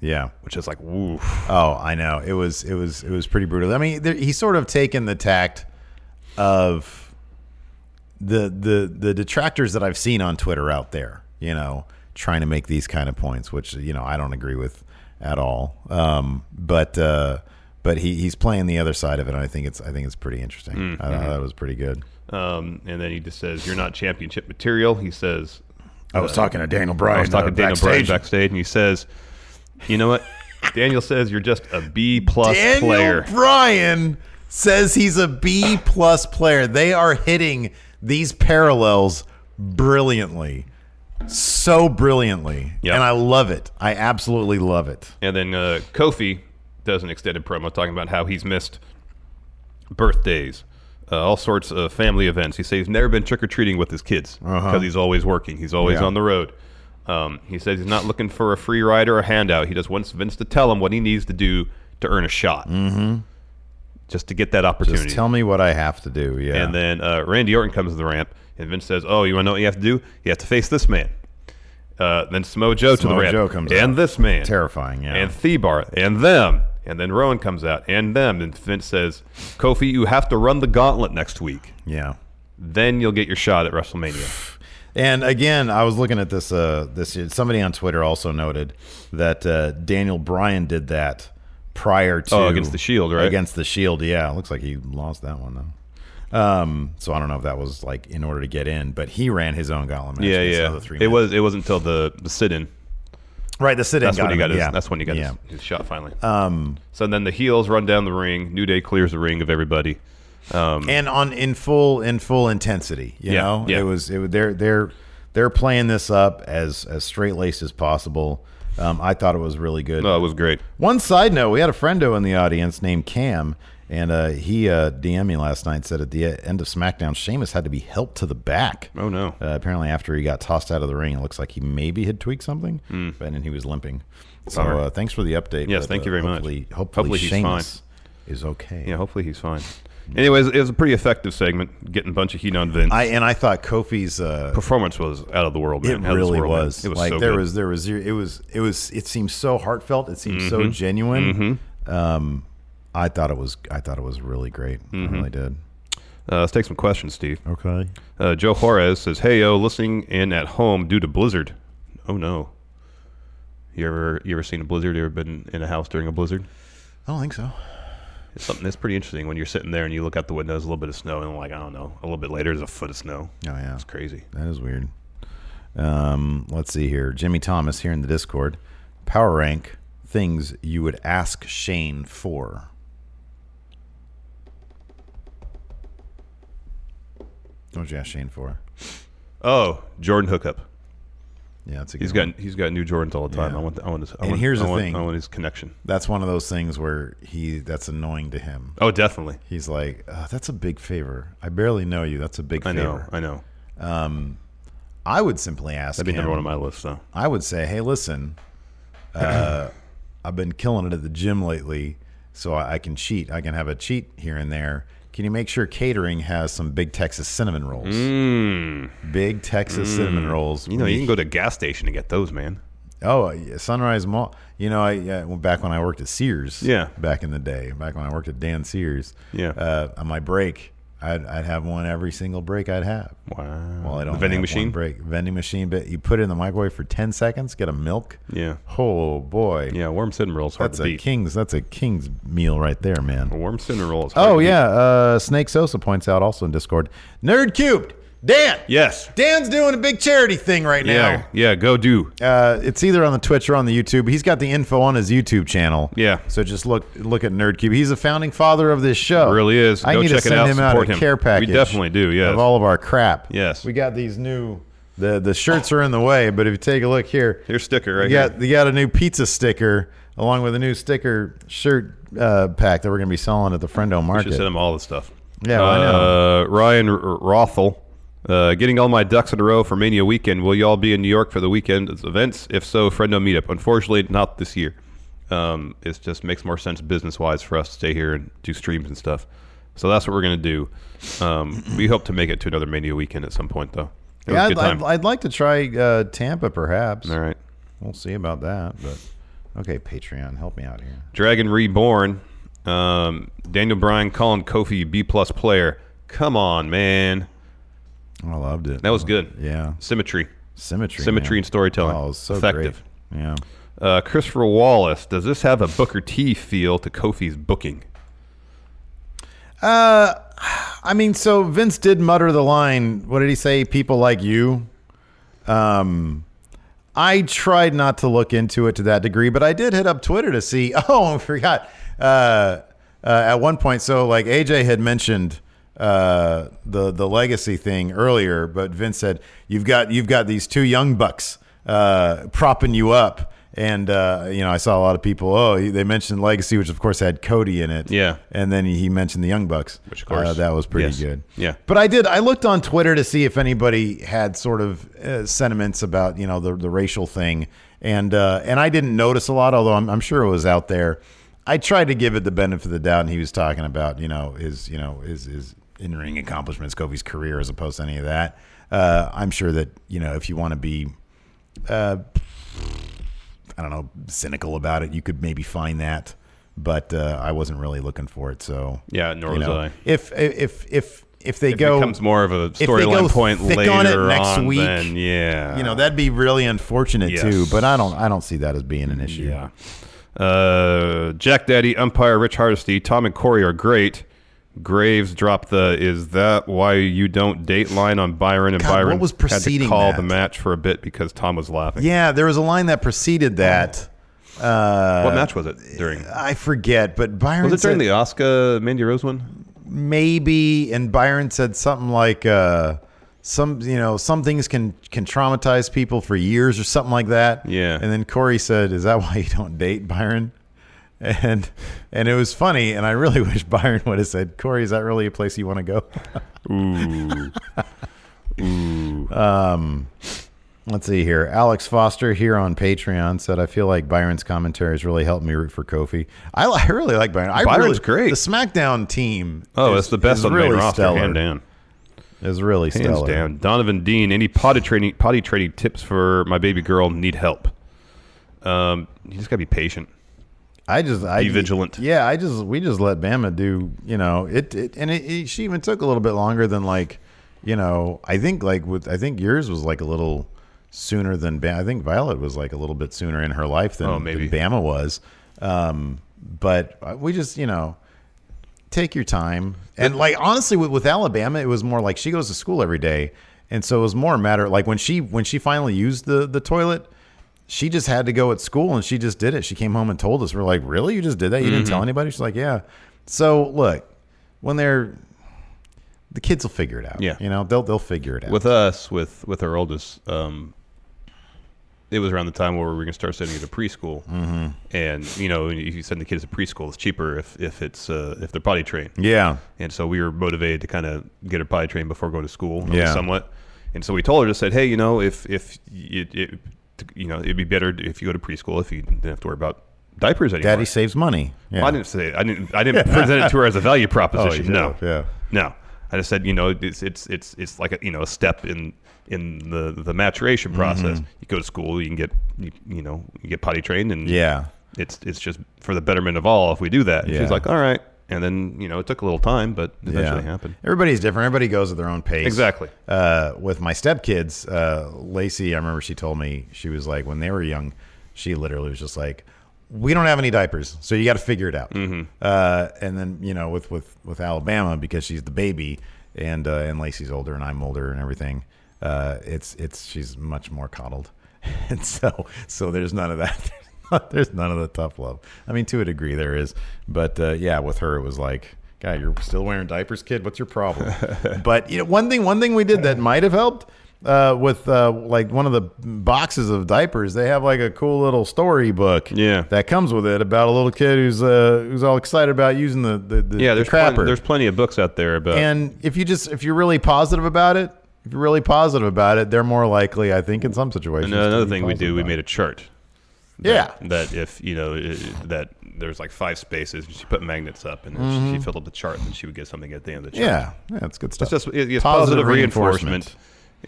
Speaker 1: Yeah.
Speaker 2: Which is like, woo.
Speaker 1: Oh, I know. It was it was it was pretty brutal. I mean, there, he's sort of taken the tact of the the the detractors that I've seen on Twitter out there, you know, trying to make these kind of points, which you know I don't agree with at all. Um, but uh, but he, he's playing the other side of it, and I think it's I think it's pretty interesting.
Speaker 2: Mm,
Speaker 1: I
Speaker 2: mm-hmm.
Speaker 1: thought that was pretty good.
Speaker 2: Um, and then he just says, you're not championship material. He says,
Speaker 1: I was talking to Daniel Bryan.
Speaker 2: I was talking to Daniel Bryan backstage, and he says, "You know what?" Daniel says, "You're just a B plus
Speaker 1: Daniel
Speaker 2: player."
Speaker 1: Bryan says he's a B plus player. They are hitting these parallels brilliantly, so brilliantly,
Speaker 2: Yeah.
Speaker 1: and I love it. I absolutely love it.
Speaker 2: And then uh, Kofi does an extended promo talking about how he's missed birthdays, uh, all sorts of family events. He says he's never been trick or treating with his kids because he's always working. He's always
Speaker 1: Uh-huh. Yeah.
Speaker 2: on the road. Um, he says he's not looking for a free ride or a handout. He just wants Vince to tell him what he needs to do to earn a shot, mm-hmm. just to get that opportunity.
Speaker 1: Just tell me what I have to do. Yeah,
Speaker 2: And then uh, Randy Orton comes to the ramp, and Vince says, "Oh, you want to know what you have to do? You have to face this man." Uh, then Samoa Joe to the
Speaker 1: Samoa
Speaker 2: ramp,
Speaker 1: Joe comes
Speaker 2: and
Speaker 1: out.
Speaker 2: this man,
Speaker 1: terrifying. Yeah,
Speaker 2: and Thebar, and them, and then Rowan comes out, and them, and Vince says, "Kofi, you have to run the gauntlet next week.
Speaker 1: yeah.
Speaker 2: Then you'll get your shot at WrestleMania."
Speaker 1: And again, I was looking at this. Uh, this somebody on Twitter also noted that uh, Daniel Bryan did that prior to
Speaker 2: Oh, against the Shield, right?
Speaker 1: Against the Shield, yeah. It looks like he lost that one though. Um, so I don't know if that was like in order to get in, but he ran his own gauntlet match.
Speaker 2: yeah,
Speaker 1: against
Speaker 2: yeah.
Speaker 1: another three
Speaker 2: It
Speaker 1: men.
Speaker 2: was. It wasn't until the, the sit-in.
Speaker 1: right. The sit-in.
Speaker 2: That's
Speaker 1: got
Speaker 2: when he
Speaker 1: him,
Speaker 2: got his.
Speaker 1: yeah.
Speaker 2: That's when he got
Speaker 1: yeah. Um,
Speaker 2: his, his shot finally. so then the heels run down the ring. New Day clears the ring of everybody.
Speaker 1: and on in full in full intensity. You
Speaker 2: Yeah,
Speaker 1: know,
Speaker 2: yeah.
Speaker 1: it was it was- they're they're they're playing this up as as straight laced as possible.
Speaker 2: Oh,
Speaker 1: Um, I thought it was really good.
Speaker 2: No, it was great.
Speaker 1: One side note: we had a friendo in the audience named Cam, And uh, he uh, DM'd me last night and said at the end of SmackDown, Sheamus had to be helped to the back.
Speaker 2: Oh, no.
Speaker 1: Uh, apparently, after he got tossed out of the ring, it looks like he maybe had tweaked something,
Speaker 2: Mm.
Speaker 1: but then he was limping. So
Speaker 2: Bummer.
Speaker 1: uh, thanks for the update.
Speaker 2: Yes,
Speaker 1: but,
Speaker 2: thank
Speaker 1: uh,
Speaker 2: you very
Speaker 1: hopefully-
Speaker 2: much.
Speaker 1: Hopefully,
Speaker 2: he's
Speaker 1: Sheamus is okay.
Speaker 2: Yeah, hopefully he's fine. Anyways, it was a pretty effective segment, getting a bunch of heat on Vince.
Speaker 1: I and I thought Kofi's uh,
Speaker 2: performance was out of the world. Man.
Speaker 1: It
Speaker 2: Out of this
Speaker 1: really
Speaker 2: world, man.
Speaker 1: was.
Speaker 2: It was
Speaker 1: like
Speaker 2: so
Speaker 1: there
Speaker 2: good.
Speaker 1: was there was zero- it was it was it seemed so heartfelt. It seemed so
Speaker 2: Mhm.
Speaker 1: genuine.
Speaker 2: Mm-hmm.
Speaker 1: Um, I thought it was I thought it was really great.
Speaker 2: Mm-hmm.
Speaker 1: I really did.
Speaker 2: Uh, let's take some questions, Steve.
Speaker 1: Okay.
Speaker 2: Uh, Joe Juarez says, "Hey yo, listening in at home due to blizzard. Oh no. You ever you ever seen a blizzard? You ever been in a house during a blizzard?
Speaker 1: I don't think so.
Speaker 2: Oh, It's something that's pretty interesting when you're sitting there and you look out the window. There's a little bit of snow, and like I don't know, a little bit later, there's a foot of snow.
Speaker 1: Oh yeah,
Speaker 2: it's crazy.
Speaker 1: That is weird. Um, let's see here. Jimmy Thomas here in the Discord. Power rank things you would ask Shane for. What would you ask Shane for?
Speaker 2: Oh, Jordan hookup.
Speaker 1: Yeah, that's a good
Speaker 2: he's got he's got new Jordans all the time. I want the, I want his, I
Speaker 1: and
Speaker 2: want,
Speaker 1: here's
Speaker 2: I
Speaker 1: the
Speaker 2: want-
Speaker 1: thing.
Speaker 2: I want his connection.
Speaker 1: That's one of those things where he that's annoying to him.
Speaker 2: Oh, definitely.
Speaker 1: He's like, uh, that's a big favor. I barely know you. That's a big
Speaker 2: I know,
Speaker 1: favor.
Speaker 2: I know.
Speaker 1: Um, I would simply ask.
Speaker 2: That'd be number
Speaker 1: him-
Speaker 2: one on my list, though.
Speaker 1: I would say, hey, listen, uh, I've been killing it at the gym lately, so I, I can cheat. I can have a cheat here and there. Can you make sure catering has some big Texas cinnamon rolls? Big Texas cinnamon
Speaker 2: Mm.
Speaker 1: rolls.
Speaker 2: You know,
Speaker 1: We-
Speaker 2: you can go to a gas station and get those, man.
Speaker 1: Oh, yeah, Sunrise Mall. You know, I yeah, well, back when I worked at Sears.
Speaker 2: Yeah.
Speaker 1: Back in the day, back when I worked at Dan Sears.
Speaker 2: Yeah.
Speaker 1: Uh, on my break, I'd, I'd have one every single break I'd have.
Speaker 2: Wow.
Speaker 1: Well, I don't
Speaker 2: The vending
Speaker 1: have one
Speaker 2: machine?
Speaker 1: break vending machine, but you put it in the microwave for ten seconds, get a milk.
Speaker 2: Yeah.
Speaker 1: Oh boy.
Speaker 2: Yeah, warm cinnamon rolls hard
Speaker 1: that's
Speaker 2: to
Speaker 1: a
Speaker 2: beat.
Speaker 1: king's. That's a king's meal right there, man.
Speaker 2: A warm cinnamon roll is hard
Speaker 1: Oh
Speaker 2: to beat.
Speaker 1: yeah, uh, Snake Sosa points out also in Discord. Nerd cubed, Dan.
Speaker 2: Yes.
Speaker 1: Dan's doing a big charity thing right now.
Speaker 2: Yeah, yeah, go do.
Speaker 1: Uh, it's either on the Twitch or on the YouTube. He's got the info on his YouTube channel.
Speaker 2: Yeah.
Speaker 1: So just look look at NerdCube. He's a founding father of this show.
Speaker 2: Really is.
Speaker 1: I
Speaker 2: Go
Speaker 1: need
Speaker 2: check
Speaker 1: to
Speaker 2: it
Speaker 1: send
Speaker 2: out,
Speaker 1: him out a
Speaker 2: support him.
Speaker 1: care
Speaker 2: We
Speaker 1: package.
Speaker 2: definitely do, yes.
Speaker 1: Of all of our crap.
Speaker 2: Yes.
Speaker 1: We got these new. The the shirts are in the way, but if you take a look here,
Speaker 2: Here's sticker right
Speaker 1: you got
Speaker 2: here.
Speaker 1: you got a new pizza sticker along with a new sticker shirt uh, pack that we're gonna be selling at the Friendo
Speaker 2: We
Speaker 1: Market.
Speaker 2: should send him all the stuff.
Speaker 1: Yeah, well, I
Speaker 2: Uh, Ryan R- R- Rothel, uh, getting all my ducks in a row for Mania weekend. Will y'all be in New York for the weekend's events? If so, Friendo meetup. Unfortunately, not this year. Um, it just makes more sense business wise for us to stay here and do streams and stuff. So that's what we're gonna do. Um, we hope to make it to another Mania weekend at some point, though.
Speaker 1: yeah,
Speaker 2: It was a
Speaker 1: I'd,
Speaker 2: good time.
Speaker 1: I'd, I'd like to try uh, Tampa, perhaps.
Speaker 2: all right.
Speaker 1: We'll see about that. But okay, Patreon, help me out here.
Speaker 2: Dragon Reborn. Um, Daniel Bryan calling Kofi B plus player. Come on, man.
Speaker 1: I loved it.
Speaker 2: That was good.
Speaker 1: Yeah.
Speaker 2: Symmetry.
Speaker 1: Symmetry,
Speaker 2: Symmetry
Speaker 1: man.
Speaker 2: and storytelling.
Speaker 1: Oh, it was so
Speaker 2: effective.
Speaker 1: great. Yeah.
Speaker 2: Uh, Christopher Wallace, does this have a Booker T feel to Kofi's booking?
Speaker 1: Uh, I mean, so Vince did mutter the line. What did he say? People like you. Um, I tried not to look into it to that degree, but I did hit up Twitter to see. Oh, I forgot. Uh, uh, at one point, so like AJ had mentioned uh, the the legacy thing earlier, but Vince said you've got you've got these two young bucks uh, propping you up. And uh, you know, I saw a lot of people. Oh, they mentioned Legacy, which of course had Cody in it.
Speaker 2: Yeah.
Speaker 1: and then he mentioned the Young Bucks, which
Speaker 2: of course.
Speaker 1: Uh, that was pretty
Speaker 2: Yes.
Speaker 1: good.
Speaker 2: Yeah.
Speaker 1: But I did. I looked on Twitter to see if anybody had sort of uh, sentiments about you know the the racial thing, and uh, and I didn't notice a lot, although I'm, I'm sure it was out there. I tried to give it the benefit of the doubt, and he was talking about you know his you know his his in ring accomplishments, Kofi's career, as opposed to any of that. Uh, I'm sure that you know if you want to be. Uh, I don't know, cynical about it. You could maybe find that, but uh, I wasn't really looking for it. So
Speaker 2: Yeah, nor
Speaker 1: you
Speaker 2: was
Speaker 1: know,
Speaker 2: I.
Speaker 1: If if if if they
Speaker 2: If it
Speaker 1: go
Speaker 2: becomes more of a
Speaker 1: if they
Speaker 2: storyline
Speaker 1: go
Speaker 2: point
Speaker 1: thick on it
Speaker 2: later
Speaker 1: next
Speaker 2: on,
Speaker 1: week,
Speaker 2: then yeah.
Speaker 1: you know that'd be really unfortunate
Speaker 2: Yes.
Speaker 1: too. But I don't I don't see that as being an issue.
Speaker 2: Yeah. Uh, Jack Daddy, umpire Rich Hardesty, Tom and Corey are great. Graves dropped the "Is that why you don't date?" line on Byron, and
Speaker 1: God,
Speaker 2: Byron
Speaker 1: what was
Speaker 2: had to
Speaker 1: preceding
Speaker 2: call
Speaker 1: that?
Speaker 2: the match for a bit because Tom was laughing.
Speaker 1: Yeah, there was a line that preceded that. Uh,
Speaker 2: what match was it during?
Speaker 1: I forget, but Byron
Speaker 2: Was it during
Speaker 1: said-
Speaker 2: the Oscar Mandy Rose one?
Speaker 1: maybe and byron said something like uh some you know some things can can traumatize people for years or something like that
Speaker 2: Yeah.
Speaker 1: and then corey said is that why you don't date byron and and it was funny. And I really wish Byron would have said, "Corey, is that really a place you want to go?" Ooh, ooh. Um, let's see here. Alex Foster here on Patreon said, "I feel like Byron's commentary has really helped me root for Kofi. I, li- I really like Byron. I
Speaker 2: Byron's
Speaker 1: really,
Speaker 2: great.
Speaker 1: The SmackDown team.
Speaker 2: Oh,
Speaker 1: is-
Speaker 2: that's the best
Speaker 1: is
Speaker 2: on the main
Speaker 1: really
Speaker 2: roster,
Speaker 1: stellar.
Speaker 2: hand down.
Speaker 1: Is really
Speaker 2: hands
Speaker 1: stellar.
Speaker 2: down. Donovan Dean, any potty training potty training tips for my baby girl? Need help. Um, you just gotta be patient.
Speaker 1: I just I,
Speaker 2: be vigilant.
Speaker 1: Yeah, I just we just let Bama do you know it, it and it, it- she even took a little bit longer than like you know I think like with I think yours was like a little sooner than Bama. I think Violet was like a little bit sooner in her life than,
Speaker 2: Oh, maybe.
Speaker 1: than Bama was. Um, but uh, we just you know take your time and like honestly with, with Alabama it was more like she goes to school every day and so it was more a matter like when she when she finally used the the toilet she just had to go at school and she just did it. She came home and told us. We're like, really? You just did that? You didn't
Speaker 2: Mhm.
Speaker 1: tell anybody? She's like, yeah. So look, when they're the kids will figure it out.
Speaker 2: Yeah.
Speaker 1: you know they'll they'll figure it out.
Speaker 2: With us, with with our oldest, um, it was around the time where we were gonna start sending her to preschool.
Speaker 1: Mhm.
Speaker 2: And you know, if you send the kids to preschool, it's cheaper if if it's uh, if they're potty trained.
Speaker 1: Yeah.
Speaker 2: And so we were motivated to kind of get her potty trained before going to school, at least
Speaker 1: Yeah.
Speaker 2: somewhat. And so we told her to said, hey, you know, if if it, it you know, it'd be better if you go to preschool if you didn't have to worry about diapers anymore.
Speaker 1: Daddy saves money. Yeah. Oh,
Speaker 2: Well, I didn't say I didn't. I didn't present it to her as a value proposition.
Speaker 1: you
Speaker 2: no,
Speaker 1: did, yeah.
Speaker 2: no. I just said, you know, it's it's it's it's like a, you know a step in in the the maturation process.
Speaker 1: Mhm.
Speaker 2: You go to school, you can get you, you know you get potty trained, and
Speaker 1: Yeah.
Speaker 2: it's it's just for the betterment of all if we do that. And
Speaker 1: Yeah.
Speaker 2: She's like, all right, and then you know it took a little time, but eventually happened.
Speaker 1: Everybody's different. Everybody goes at their own pace.
Speaker 2: Exactly.
Speaker 1: Uh, with my stepkids, uh, Lacey, I remember she told me she was like when they were young, she literally was just like, "We don't have any diapers, so you got to figure it out."
Speaker 2: Mm-hmm.
Speaker 1: Uh, and then you know with with with Alabama because she's the baby, and uh, and Lacey's older and I'm older and everything. Uh, it's it's she's much more coddled, and so so there's none of that. There's none of the tough love. I mean, to a degree, there is, but uh, yeah, with her, it was like, "Guy, you're still wearing diapers, kid. What's your problem?" but you know, one thing, one thing we did that might have helped uh, with uh, like one of the boxes of diapers. They have like a cool little storybook, yeah, that comes with it about a little kid who's uh, who's all excited about using the the, the
Speaker 2: yeah,
Speaker 1: the
Speaker 2: there's
Speaker 1: crapper.
Speaker 2: plenty, there's plenty of books out there about
Speaker 1: And if you just if you're really positive about it, if you're really positive about it, they're more likely, I think, in some situations.
Speaker 2: And
Speaker 1: to
Speaker 2: another
Speaker 1: be
Speaker 2: thing we
Speaker 1: positive
Speaker 2: do, we
Speaker 1: about it.
Speaker 2: made a chart.
Speaker 1: Yeah.
Speaker 2: That, that if you know i- that there's like five spaces, she put magnets up, and then she-
Speaker 1: Mhm.
Speaker 2: she filled up the chart, and she would get something at the end of the chart.
Speaker 1: Yeah. Yeah, that's good stuff.
Speaker 2: It's just it-
Speaker 1: Positive
Speaker 2: it's positive,
Speaker 1: reinforcement.
Speaker 2: reinforcement.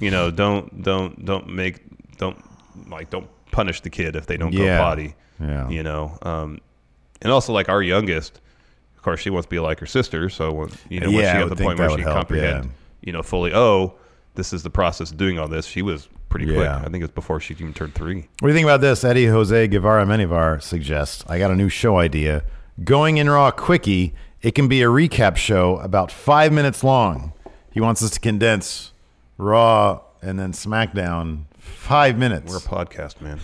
Speaker 2: You know, don't don't don't make don't like don't punish the kid if they don't
Speaker 1: Yeah.
Speaker 2: go potty.
Speaker 1: Yeah.
Speaker 2: You know, um, and also like our youngest, of course, she wants to be like her sister. So when you know when
Speaker 1: Yeah, I
Speaker 2: she
Speaker 1: would
Speaker 2: got the
Speaker 1: think
Speaker 2: point
Speaker 1: that
Speaker 2: where
Speaker 1: would
Speaker 2: she
Speaker 1: help,
Speaker 2: comprehend,
Speaker 1: yeah.
Speaker 2: you know, fully. Oh, this is the process of doing all this. She was pretty quick.
Speaker 1: Yeah.
Speaker 2: I think it was before she even turned three.
Speaker 1: What do you think about this? Eddie Jose Guevara Menivar suggests I got a new show idea. Going in Raw Quickie. It can be a recap show about five minutes long. He wants us to condense Raw and then SmackDown five minutes.
Speaker 2: We're a podcast, man.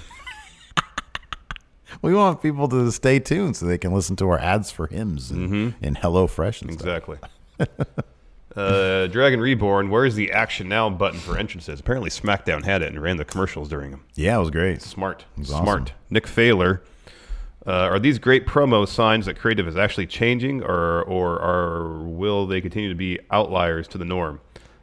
Speaker 1: We want people to stay tuned so they can listen to our ads for hymns and,
Speaker 2: Mm-hmm.
Speaker 1: and Hello Fresh and stuff.
Speaker 2: Exactly. uh, Dragon Reborn, where's the action now button for entrances? Apparently, SmackDown had it and ran the commercials during them.
Speaker 1: Yeah, it was great.
Speaker 2: Smart.
Speaker 1: It was awesome.
Speaker 2: Smart. Nick Failer. Uh, are these great promo signs that creative is actually changing, or or are will they continue to be outliers to the norm?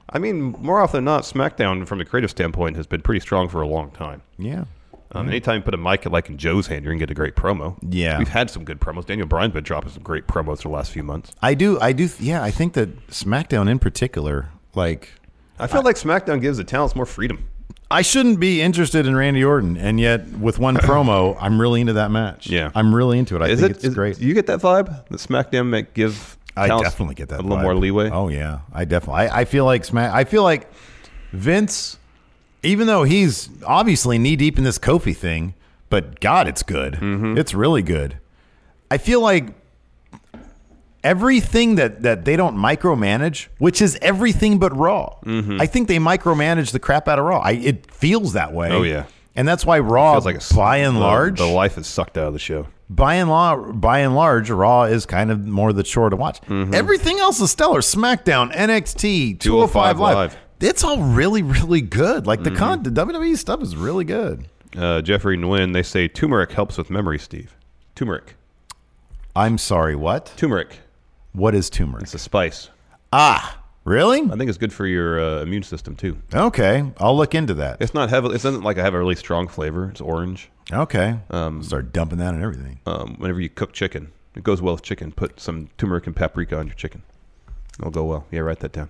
Speaker 2: I mean, more often than not, SmackDown from a creative standpoint has been pretty strong for a long time.
Speaker 1: Yeah.
Speaker 2: Um, Anytime you put a mic like in Joe's hand, you're gonna get a great promo.
Speaker 1: Yeah.
Speaker 2: we've had some good promos. Daniel Bryan's been dropping some great promos for the last few months.
Speaker 1: I do, I do, yeah, I think that SmackDown in particular, like,
Speaker 2: I feel like SmackDown gives the talents more freedom.
Speaker 1: I shouldn't be interested in Randy Orton, and yet with one promo, I'm really into that match.
Speaker 2: Yeah.
Speaker 1: I'm really into it. I
Speaker 2: Is
Speaker 1: think
Speaker 2: it-
Speaker 1: it's
Speaker 2: is-
Speaker 1: great.
Speaker 2: Do you get that vibe that SmackDown make give?
Speaker 1: I
Speaker 2: talents
Speaker 1: definitely get that
Speaker 2: a little
Speaker 1: vibe.
Speaker 2: more leeway.
Speaker 1: Oh yeah, I definitely. I, I feel like Smack. I feel like Vince, even though he's obviously knee deep in this Kofi thing, but God, it's good.
Speaker 2: Mm-hmm.
Speaker 1: It's really good. I feel like everything that that they don't micromanage, which is everything but Raw.
Speaker 2: Mm-hmm.
Speaker 1: I think they micromanage the crap out of Raw. I, it feels that way.
Speaker 2: Oh, yeah.
Speaker 1: and that's why Raw, like by and
Speaker 2: the-
Speaker 1: large,
Speaker 2: the life is sucked out of the show.
Speaker 1: by and law, by and large, Raw is kind of more the chore to watch.
Speaker 2: Mm-hmm.
Speaker 1: Everything else is stellar. SmackDown, NXT, 205,
Speaker 2: 205
Speaker 1: Live.
Speaker 2: Live. Mm-hmm.
Speaker 1: It's all really, really good. Like the con, the WWE stuff is really good.
Speaker 2: Uh, Jeffrey Nguyen, they say turmeric helps with memory. Steve, turmeric.
Speaker 1: I'm sorry, what?
Speaker 2: Turmeric.
Speaker 1: What is turmeric? It's
Speaker 2: a spice.
Speaker 1: Ah, really? I
Speaker 2: think it's good for your uh, immune system too.
Speaker 1: Okay, I'll look into that.
Speaker 2: It's not heavily. It doesn't like I have a really strong flavor. It's orange.
Speaker 1: Okay.
Speaker 2: Um,
Speaker 1: Start dumping that and everything.
Speaker 2: Um, whenever you cook chicken, it goes well with chicken. Put some turmeric and paprika on your chicken. It'll go well. Yeah, write that down.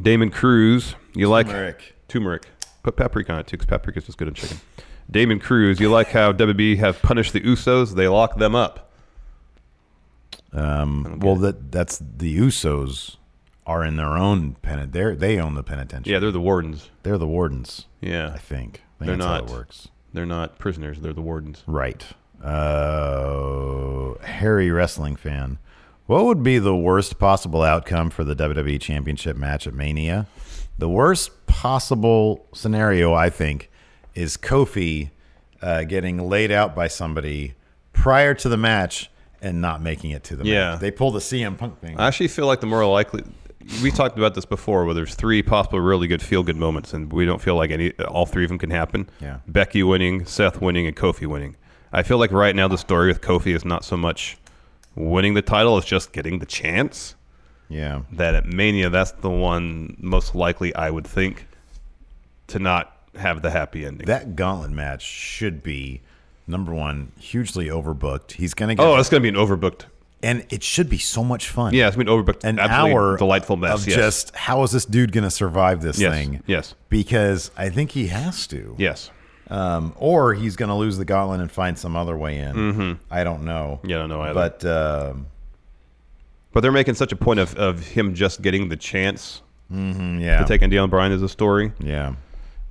Speaker 2: Damon Cruz, you like
Speaker 1: Turmeric.
Speaker 2: Turmeric. Put paprika on it too, because paprika's just good in chicken. Damon Cruz, you like how WB have punished the Usos? They lock them up.
Speaker 1: Um, well, that that's the Usos are in their own penit. They they own the penitentiary.
Speaker 2: Yeah, they're the wardens.
Speaker 1: They're the wardens.
Speaker 2: Yeah,
Speaker 1: I think. I think
Speaker 2: they're
Speaker 1: that's
Speaker 2: not.
Speaker 1: How it works.
Speaker 2: They're not prisoners. They're the wardens.
Speaker 1: Right. Uh, Harry wrestling fan. What would be the worst possible outcome for the WWE Championship match at Mania? The worst possible scenario, I think, is Kofi uh, getting laid out by somebody prior to the match and not making it to the
Speaker 2: Yeah.
Speaker 1: match. They pull the CM Punk thing.
Speaker 2: I actually feel like the more likely. We talked about this before, where there's three possible really good feel good moments, and we don't feel like any all three of them can happen.
Speaker 1: Yeah.
Speaker 2: Becky winning, Seth winning, and Kofi winning. I feel like right now the story with Kofi is not so much winning the title; it's just getting the chance.
Speaker 1: Yeah.
Speaker 2: That at Mania, that's the one most likely I would think to not have the happy ending.
Speaker 1: That gauntlet match should be number one, hugely overbooked. He's gonna get
Speaker 2: oh, it's going to be an overbooked.
Speaker 1: and it should be so much fun.
Speaker 2: Yeah, it's going to be overbooked.
Speaker 1: an
Speaker 2: Absolutely
Speaker 1: hour
Speaker 2: delightful mess.
Speaker 1: of
Speaker 2: yes.
Speaker 1: just how is this dude going to survive this
Speaker 2: Yes,
Speaker 1: thing?
Speaker 2: yes.
Speaker 1: because I think he has to.
Speaker 2: Yes.
Speaker 1: um, or he's going to lose the gauntlet and find some other way in.
Speaker 2: Mhm.
Speaker 1: I don't know.
Speaker 2: Yeah, I don't know either.
Speaker 1: But um,
Speaker 2: But they're making such a point of, of him just getting the chance
Speaker 1: Mhm, yeah.
Speaker 2: to take on Daniel Bryan as a story.
Speaker 1: Yeah.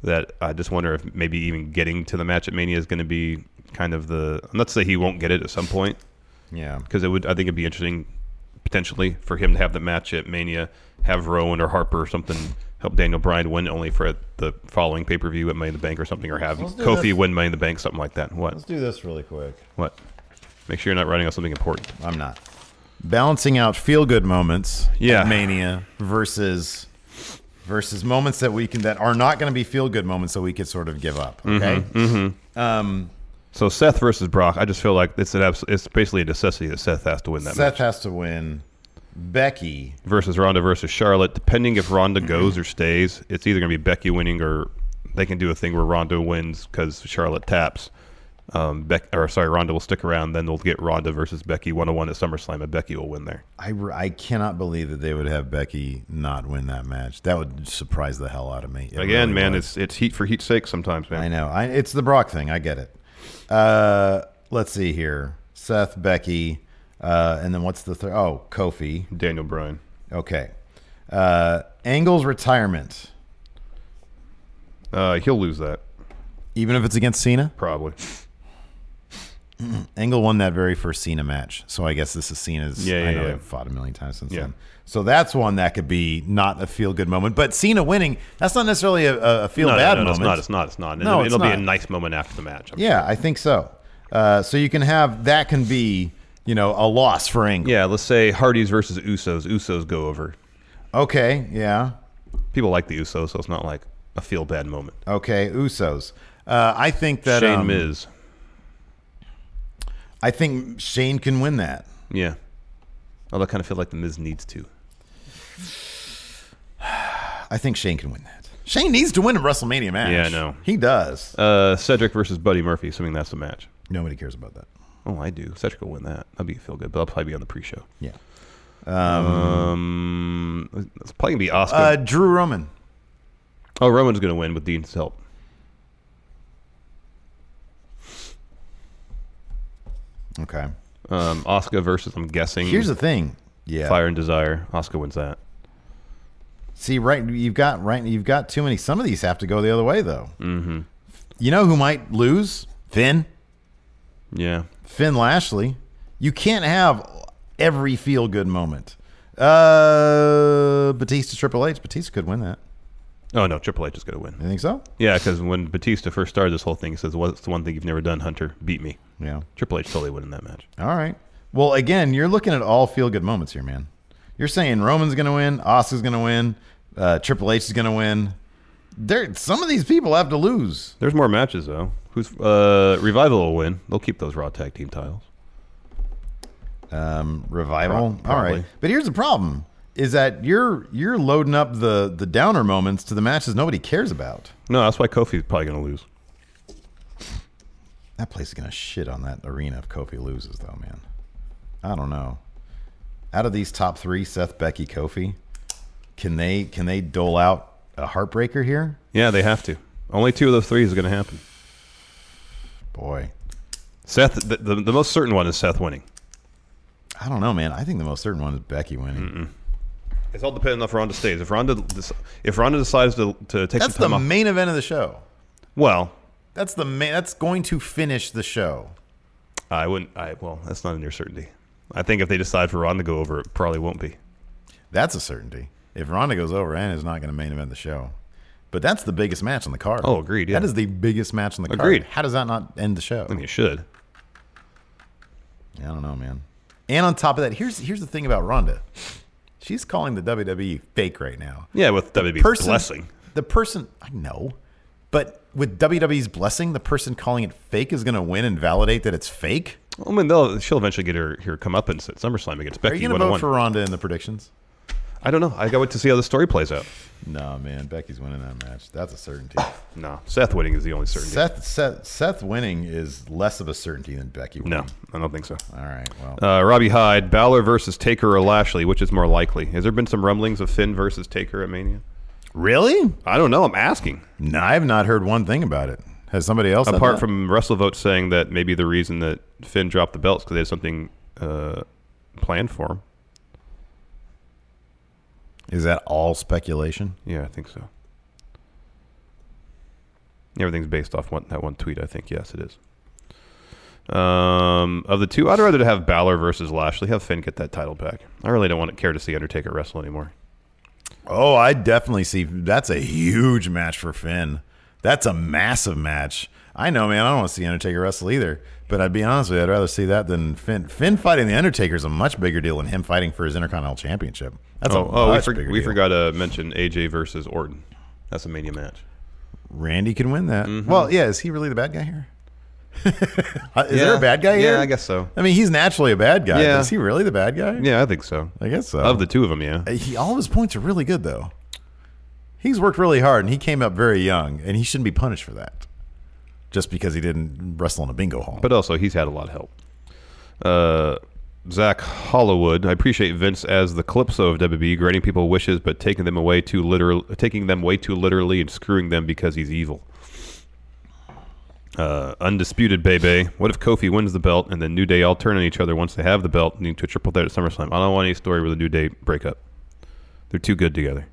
Speaker 2: That I just wonder if maybe even getting to the match at Mania is going to be kind of the. Not to say he won't get it at some point.
Speaker 1: Yeah.
Speaker 2: Because it would, I think it'd be interesting potentially for him to have the match at Mania, have Rowan or Harper or something help Daniel Bryan win only for the following pay per view at Money in the Bank or something, or have
Speaker 1: Let's do
Speaker 2: Kofi
Speaker 1: this.
Speaker 2: win Money in the Bank, something like that. What?
Speaker 1: let's do this really quick.
Speaker 2: What? Make sure you're not writing out something important.
Speaker 1: I'm not. Balancing out feel good moments,
Speaker 2: Yeah.
Speaker 1: at mania versus versus moments that we can that are not going to be feel good moments that we could sort of give up. Okay.
Speaker 2: Mm-hmm.
Speaker 1: Um,
Speaker 2: so Seth versus Brock, I just feel like it's an abs- it's basically a necessity that Seth has to win that
Speaker 1: Seth
Speaker 2: match
Speaker 1: has to win. Becky
Speaker 2: versus Ronda versus Charlotte. Depending if Ronda goes or stays, it's either going to be Becky winning or they can do a thing where Ronda wins because Charlotte taps. Um, Beck or sorry, Ronda will stick around. Then they'll get Ronda versus Becky one on one at SummerSlam, and Becky will win there.
Speaker 1: I, re- I cannot believe that they would have Becky not win that match. That would surprise the hell out of me. It
Speaker 2: Again,
Speaker 1: really
Speaker 2: man,
Speaker 1: would.
Speaker 2: it's it's heat for heat's sake sometimes, man.
Speaker 1: I know. I, it's the Brock thing. I get it. Uh, let's see here. Seth, Becky, uh, and then what's the third? Oh, Kofi,
Speaker 2: Daniel Bryan.
Speaker 1: Okay. Uh, Angle's retirement.
Speaker 2: Uh, he'll lose that,
Speaker 1: even if it's against Cena.
Speaker 2: Probably.
Speaker 1: Angle won that very first Cena match, so I guess this is Cena's.
Speaker 2: Yeah, yeah,
Speaker 1: I know
Speaker 2: yeah.
Speaker 1: they've fought a million times since
Speaker 2: Yeah.
Speaker 1: then. So that's one that could be not a feel good moment, but Cena winning that's not necessarily a- a, a feel
Speaker 2: No, no,
Speaker 1: bad
Speaker 2: no, no,
Speaker 1: moment.
Speaker 2: It's not. It's not. It's not.
Speaker 1: No,
Speaker 2: it'll,
Speaker 1: it's
Speaker 2: it'll
Speaker 1: not.
Speaker 2: be a nice moment after the match. I'm
Speaker 1: Yeah, I think so. Uh, so you can have that can be you know a loss for Angle.
Speaker 2: Yeah, let's say Hardy's versus Usos. Usos go over.
Speaker 1: Okay, yeah.
Speaker 2: People like the Usos, so it's not like a feel bad moment.
Speaker 1: Okay, Usos. Uh, I think that
Speaker 2: Shane
Speaker 1: um,
Speaker 2: Miz.
Speaker 1: I think Shane can win that.
Speaker 2: Yeah. Although I kind of feel like the Miz needs to.
Speaker 1: I think Shane can win that. Shane needs to win a WrestleMania match.
Speaker 2: Yeah, I know.
Speaker 1: He does.
Speaker 2: Uh, Cedric versus Buddy Murphy, assuming that's the match.
Speaker 1: Nobody cares about that.
Speaker 2: Oh, I do. Cedric will win that. That'll be a feel good, but I'll probably be on the pre show.
Speaker 1: Yeah.
Speaker 2: Um, it's probably gonna be Oscar.
Speaker 1: Uh, Drew Roman.
Speaker 2: oh, Roman's gonna win with Dean's help.
Speaker 1: Okay.
Speaker 2: Um, Oscar versus I'm guessing.
Speaker 1: Here's the thing. Yeah.
Speaker 2: Fire and Desire. Oscar wins that.
Speaker 1: See, right, you've got right, you've got too many. Some of these have to go the other way, though.
Speaker 2: Mm-hmm.
Speaker 1: You know who might lose? Finn.
Speaker 2: Yeah.
Speaker 1: Finn Lashley. You can't have every feel good moment. Uh, Batista Triple H. Batista could win that.
Speaker 2: Oh no, Triple H is gonna win.
Speaker 1: You think so?
Speaker 2: Yeah, because when Batista first started this whole thing, he says, "What's the one thing you've never done, Hunter? Beat me."
Speaker 1: Yeah.
Speaker 2: Triple H totally win in that match.
Speaker 1: All right. Well, again, you're looking at all feel good moments here, man. You're saying Roman's going to win, Oscar's going to win, uh, Triple H is going to win. There, some of these people have to lose.
Speaker 2: There's more matches though. Who's uh, Revival will win? They'll keep those Raw tag team titles.
Speaker 1: Um, revival.
Speaker 2: Pro-
Speaker 1: all
Speaker 2: probably.
Speaker 1: right. But here's the problem: is that you're you're loading up the the downer moments to the matches nobody cares about.
Speaker 2: No, that's why Kofi's probably gonna lose.
Speaker 1: That place is gonna shit on that arena if Kofi loses, though, man. I don't know. Out of these top three, Seth, Becky, Kofi, can they can they dole out a heartbreaker here?
Speaker 2: Yeah, they have to. Only two of those three is going to happen.
Speaker 1: Boy,
Speaker 2: Seth, the, the, the most certain one is Seth winning.
Speaker 1: I don't know, man. I think the most certain one is Becky winning.
Speaker 2: It's all dependent on if Ronda stays. If Ronda, dec- if Ronda decides to, to take
Speaker 1: That's
Speaker 2: some time
Speaker 1: the
Speaker 2: off,
Speaker 1: main event of the show.
Speaker 2: well,
Speaker 1: That's the main. That's going to finish the show.
Speaker 2: I wouldn't. I well, that's not a near certainty. I think if they decide for Ronda to go over, it probably won't be.
Speaker 1: That's a certainty. If Ronda goes over, Anna is not going to main event the show. But that's the biggest match on the card.
Speaker 2: Oh, agreed, yeah.
Speaker 1: That is the biggest match on the card.
Speaker 2: Agreed.
Speaker 1: How does that not end the show?
Speaker 2: I mean, it should.
Speaker 1: I don't know, man. And on top of that, here's here's the thing about Ronda. She's calling the WWE fake right now.
Speaker 2: Yeah, with WWE's
Speaker 1: Person-
Speaker 2: blessing.
Speaker 1: The person I know, but with WWE's blessing, the person calling it fake is going to win and validate that it's fake.
Speaker 2: I mean, they'll, she'll eventually get her her comeuppance at SummerSlam against
Speaker 1: Are
Speaker 2: Becky.
Speaker 1: you going to vote
Speaker 2: one-on-one.
Speaker 1: for Ronda in the predictions?
Speaker 2: I don't know. I got to see how the story plays out.
Speaker 1: No, man. Becky's winning that match. That's a certainty.
Speaker 2: No, Seth winning is the only certainty.
Speaker 1: Seth, Seth Seth winning is less of a certainty than Becky winning.
Speaker 2: No, I don't think so.
Speaker 1: All right. Well,
Speaker 2: Uh, Robbie Hyde, Balor versus Taker or Lashley, which is more likely? Has there been some rumblings of Finn versus Taker at Mania?
Speaker 1: really?
Speaker 2: I don't know. I'm asking.
Speaker 1: No, I've not heard one thing about it. Has somebody else? done
Speaker 2: Apart
Speaker 1: that?
Speaker 2: from WrestleVote saying that maybe the reason that Finn dropped the belts because they had something uh, planned for him.
Speaker 1: is that all speculation?
Speaker 2: Yeah, I think so. Everything's based off one, that one tweet. I think yes, it is. Um, of the two, I'd rather to have Balor versus Lashley. Have Finn get that title back. I really don't want to care to see Undertaker wrestle anymore.
Speaker 1: Oh, I definitely see. That's a huge match for Finn. That's a massive match. I know, man. I don't want to see Undertaker wrestle either. But I'd be honest with you, I'd rather see that than Finn. Finn fighting the Undertaker is a much bigger deal than him fighting for his Intercontinental Championship. That's
Speaker 2: oh,
Speaker 1: a
Speaker 2: oh, we,
Speaker 1: much
Speaker 2: for-
Speaker 1: bigger
Speaker 2: we
Speaker 1: deal.
Speaker 2: forgot to mention AJ versus Orton. That's a Mania match.
Speaker 1: Randy can win that.
Speaker 2: Mm-hmm.
Speaker 1: Well, yeah. Is he really the bad guy here? is there a bad guy
Speaker 2: yeah,
Speaker 1: here?
Speaker 2: I guess so.
Speaker 1: I mean, he's naturally a bad guy. but
Speaker 2: Yeah.
Speaker 1: Is he really the bad guy?
Speaker 2: Yeah, I think so.
Speaker 1: I guess so.
Speaker 2: Of the two of them, yeah.
Speaker 1: He, all of his points are really good, though. He's worked really hard, and he came up very young, and he shouldn't be punished for that, just because he didn't wrestle in a bingo hall.
Speaker 2: But also, he's had a lot of help. Uh, Zach Hollywood, I appreciate Vince as the Calypso of WWE, granting people wishes but taking them away too literal, taking them way too literally and screwing them because he's evil. Uh, undisputed baby. What if Kofi wins the belt and then New Day all turn on each other once they have the belt and into a triple threat at SummerSlam? I don't want any story where the New Day break up. They're too good together.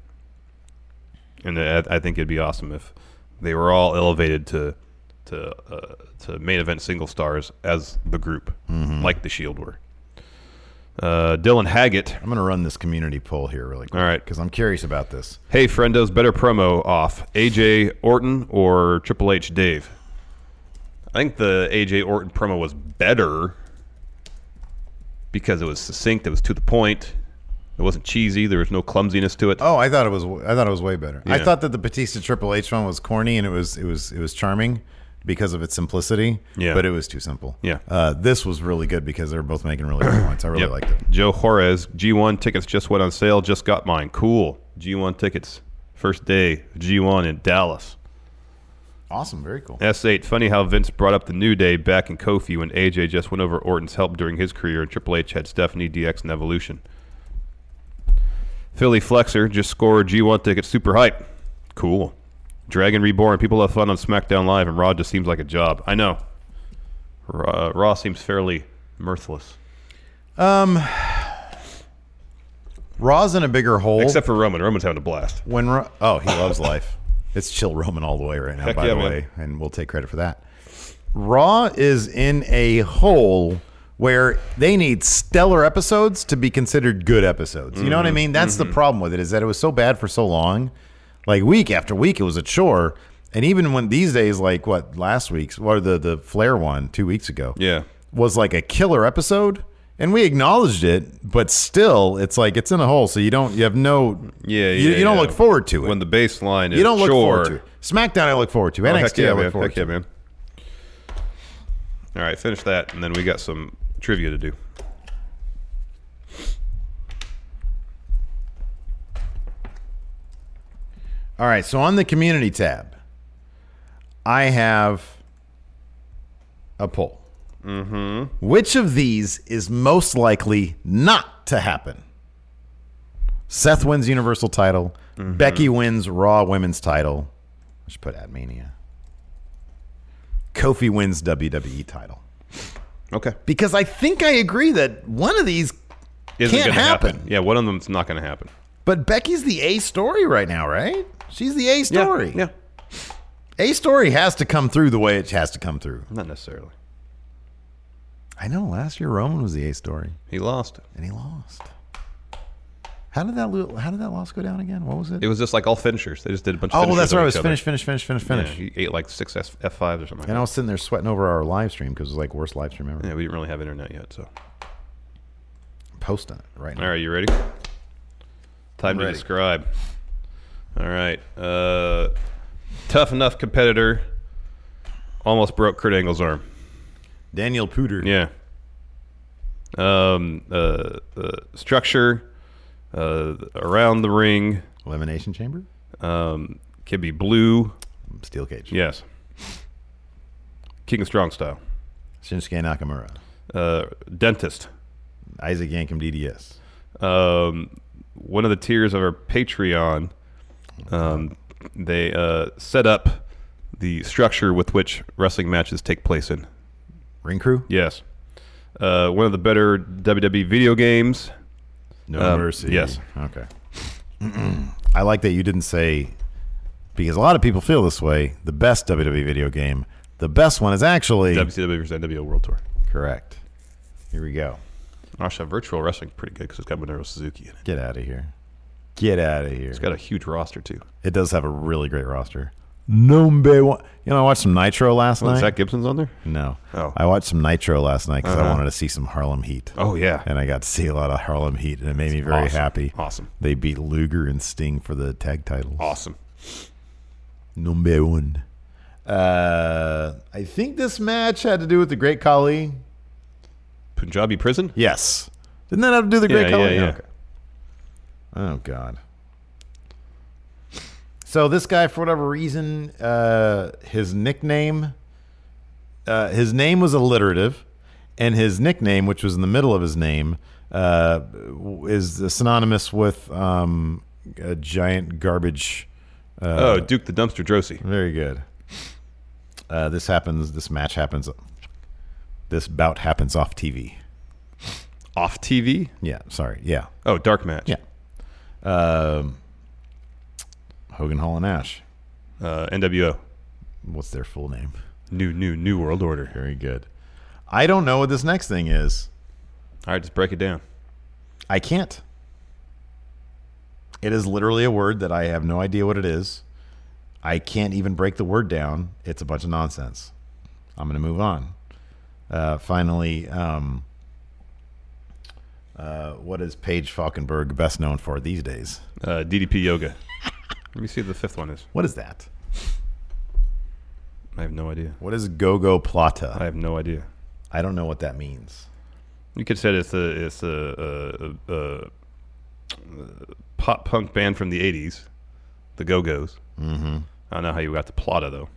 Speaker 2: And I, I think it'd be awesome if they were all elevated to to uh, to main event single stars as the group, like the Shield were. Uh, Dylan Haggett.
Speaker 1: I'm going to run this community poll here really quick.
Speaker 2: All right.
Speaker 1: because I'm curious about this.
Speaker 2: Hey, friendos, better promo off AJ Orton or Triple H Dave? I think the AJ Orton promo was better because it was succinct, it was to the point, it wasn't cheesy, there was no clumsiness to it.
Speaker 1: Oh, I thought it was. I thought it was way better. I
Speaker 2: Yeah.
Speaker 1: thought that the Batista Triple H one was corny, and it was it was it was charming because of its simplicity.
Speaker 2: Yeah.
Speaker 1: but it was too simple.
Speaker 2: Yeah.
Speaker 1: uh, this was really good because they were both making really good points. I really
Speaker 2: Yep.
Speaker 1: liked it.
Speaker 2: Joe Juarez, G1 tickets just went on sale. Just got mine. Cool. G1 tickets. First day, of G1 in Dallas.
Speaker 1: Awesome. Very cool.
Speaker 2: S8. Funny how Vince brought up the New Day back in Kofi when AJ just went over Orton's help during his career and Triple H had Stephanie, DX, and Evolution. Philly Flexer just scored G1 tickets super hype. Cool. Dragon Reborn. People have fun on SmackDown Live and Raw just seems like a job. I know. Raw, Raw seems fairly mirthless.
Speaker 1: Um, Raw's in a bigger hole.
Speaker 2: Except for Roman. Roman's having a blast.
Speaker 1: When Ro- oh, he loves life. It's chill Roman all the way right now,
Speaker 2: Heck
Speaker 1: by
Speaker 2: yeah,
Speaker 1: the
Speaker 2: man.
Speaker 1: way, and we'll take credit for that. Raw is in a hole where they need stellar episodes to be considered good episodes. You know what I
Speaker 2: Mhm.
Speaker 1: mean? That's the problem with it is that it was so bad for so long. Like week after week it was a chore. And even when these days like what last week's or the the Flair one 2 weeks ago
Speaker 2: Yeah.
Speaker 1: was like a killer episode and we acknowledged it, but still it's like it's in a hole so you don't you have no
Speaker 2: Yeah,
Speaker 1: you,
Speaker 2: yeah,
Speaker 1: you don't
Speaker 2: yeah.
Speaker 1: look forward to it.
Speaker 2: When the baseline is
Speaker 1: You don't look
Speaker 2: sure.
Speaker 1: forward to it. SmackDown, I look forward to.
Speaker 2: Oh,
Speaker 1: NXT,
Speaker 2: heck yeah,
Speaker 1: I look
Speaker 2: man.
Speaker 1: forward
Speaker 2: Heck yeah, man. All right, finish that, and then we got some trivia to do.
Speaker 1: All right, so on the community tab, I have a poll. Mm-hmm. Which of these is most likely not to happen? Seth wins Universal title.
Speaker 2: Mm-hmm.
Speaker 1: Becky wins Raw Women's title. I should put at Mania. Kofi wins WWE title.
Speaker 2: Okay.
Speaker 1: Because I think I agree that one of these
Speaker 2: Isn't
Speaker 1: can't
Speaker 2: gonna
Speaker 1: happen.
Speaker 2: Yeah, one of them's not going to happen.
Speaker 1: But Becky's the A story right now, right? She's the A
Speaker 2: Yeah,
Speaker 1: story.
Speaker 2: yeah.
Speaker 1: A story has to come through the way it has to come through.
Speaker 2: Not necessarily.
Speaker 1: I know last year Roman was the A story
Speaker 2: He lost.
Speaker 1: and he lost. How did that lo- how did that loss go down again? What was it?
Speaker 2: It was just like all finishers. They just did a bunch.
Speaker 1: Oh,
Speaker 2: of
Speaker 1: well,
Speaker 2: finishers
Speaker 1: that's
Speaker 2: on
Speaker 1: right. It
Speaker 2: each
Speaker 1: was
Speaker 2: other.
Speaker 1: finish, finish, finish, finish,
Speaker 2: Yeah,
Speaker 1: finish.
Speaker 2: he ate like six F- F5s or something.
Speaker 1: and I was sitting there sweating over our live stream because it was like worst live stream ever.
Speaker 2: Yeah, we didn't really have internet yet, so.
Speaker 1: Post on it right now.
Speaker 2: All right, you ready? Time to
Speaker 1: ready.
Speaker 2: describe. All right. Uh, tough enough competitor. Almost broke Kurt Angle's arm.
Speaker 1: Daniel Pooter.
Speaker 2: Yeah. Um, uh, uh, structure uh, around the ring
Speaker 1: Elimination chamber.
Speaker 2: um, can be blue.
Speaker 1: Steel cage.
Speaker 2: Yes. King of Strong style.
Speaker 1: Shinsuke Nakamura.
Speaker 2: Uh, dentist.
Speaker 1: Isaac Yankum DDS.
Speaker 2: um, one of the tiers of our Patreon, um, they uh, set up the structure with which wrestling matches take place in.
Speaker 1: Ring crew.
Speaker 2: Yes. Uh, one of the better WWE video games.
Speaker 1: No
Speaker 2: Um,
Speaker 1: mercy.
Speaker 2: Yes.
Speaker 1: Okay. I like that you didn't say because a lot of people feel this way. The best WWE video game. The best one is actually
Speaker 2: WCW versus NWO World Tour.
Speaker 1: correct. Here we go.
Speaker 2: Asha Virtual Wrestling pretty good because it's got Minoru Suzuki in it.
Speaker 1: Get out of here. Get out of here.
Speaker 2: It's got a huge roster too.
Speaker 1: It does have a really great roster. Number one. You know, I watched some Nitro last
Speaker 2: Oh,
Speaker 1: night.
Speaker 2: Zach Gibson's on there.
Speaker 1: No.
Speaker 2: Oh.
Speaker 1: I watched some Nitro last night because I
Speaker 2: Uh-huh.
Speaker 1: wanted to see some Harlem Heat.
Speaker 2: Oh yeah.
Speaker 1: And I got to see a lot of Harlem Heat, and it made me very
Speaker 2: Awesome.
Speaker 1: happy.
Speaker 2: Awesome.
Speaker 1: They beat Luger and Sting for the tag titles.
Speaker 2: Awesome.
Speaker 1: Number one. Uh, I think this match had to do with the Great Khali.
Speaker 2: Punjabi Prison.
Speaker 1: Yes. Didn't that have to do with the Great
Speaker 2: Yeah, yeah,
Speaker 1: Khali?
Speaker 2: yeah.
Speaker 1: Okay. Oh God. So this guy, for whatever reason, uh, his nickname, uh, his name was alliterative, and his nickname, which was in the middle of his name, uh, is synonymous with um, a giant garbage. Uh,
Speaker 2: oh, Duke the Dumpster Drosy.
Speaker 1: Very good. Uh, this happens. This match happens. This bout happens off TV.
Speaker 2: Off TV.
Speaker 1: Yeah. Sorry. Yeah.
Speaker 2: Oh, dark match.
Speaker 1: Yeah. Um, Hogan Hall and Ash.
Speaker 2: Uh, NWO.
Speaker 1: What's their full name?
Speaker 2: New new new world order.
Speaker 1: Very good. I don't know what this next thing is.
Speaker 2: All right, just break it down.
Speaker 1: I can't. It is literally a word that I have no idea what it is. I can't even break the word down. It's a bunch of nonsense. I'm going to move on. Uh, finally, um, uh, what is Paige Falkenberg best known for these days?
Speaker 2: Uh, DDP yoga. Let me see what the fifth one is.
Speaker 1: What is that?
Speaker 2: I have no idea.
Speaker 1: What is Gogo Plata?
Speaker 2: I have no idea.
Speaker 1: I don't know what that means.
Speaker 2: You could say it's a it's a, a, a, a pop punk band from the '80s, the Go Go's. Mm-hmm. I don't know how you got the Plata though.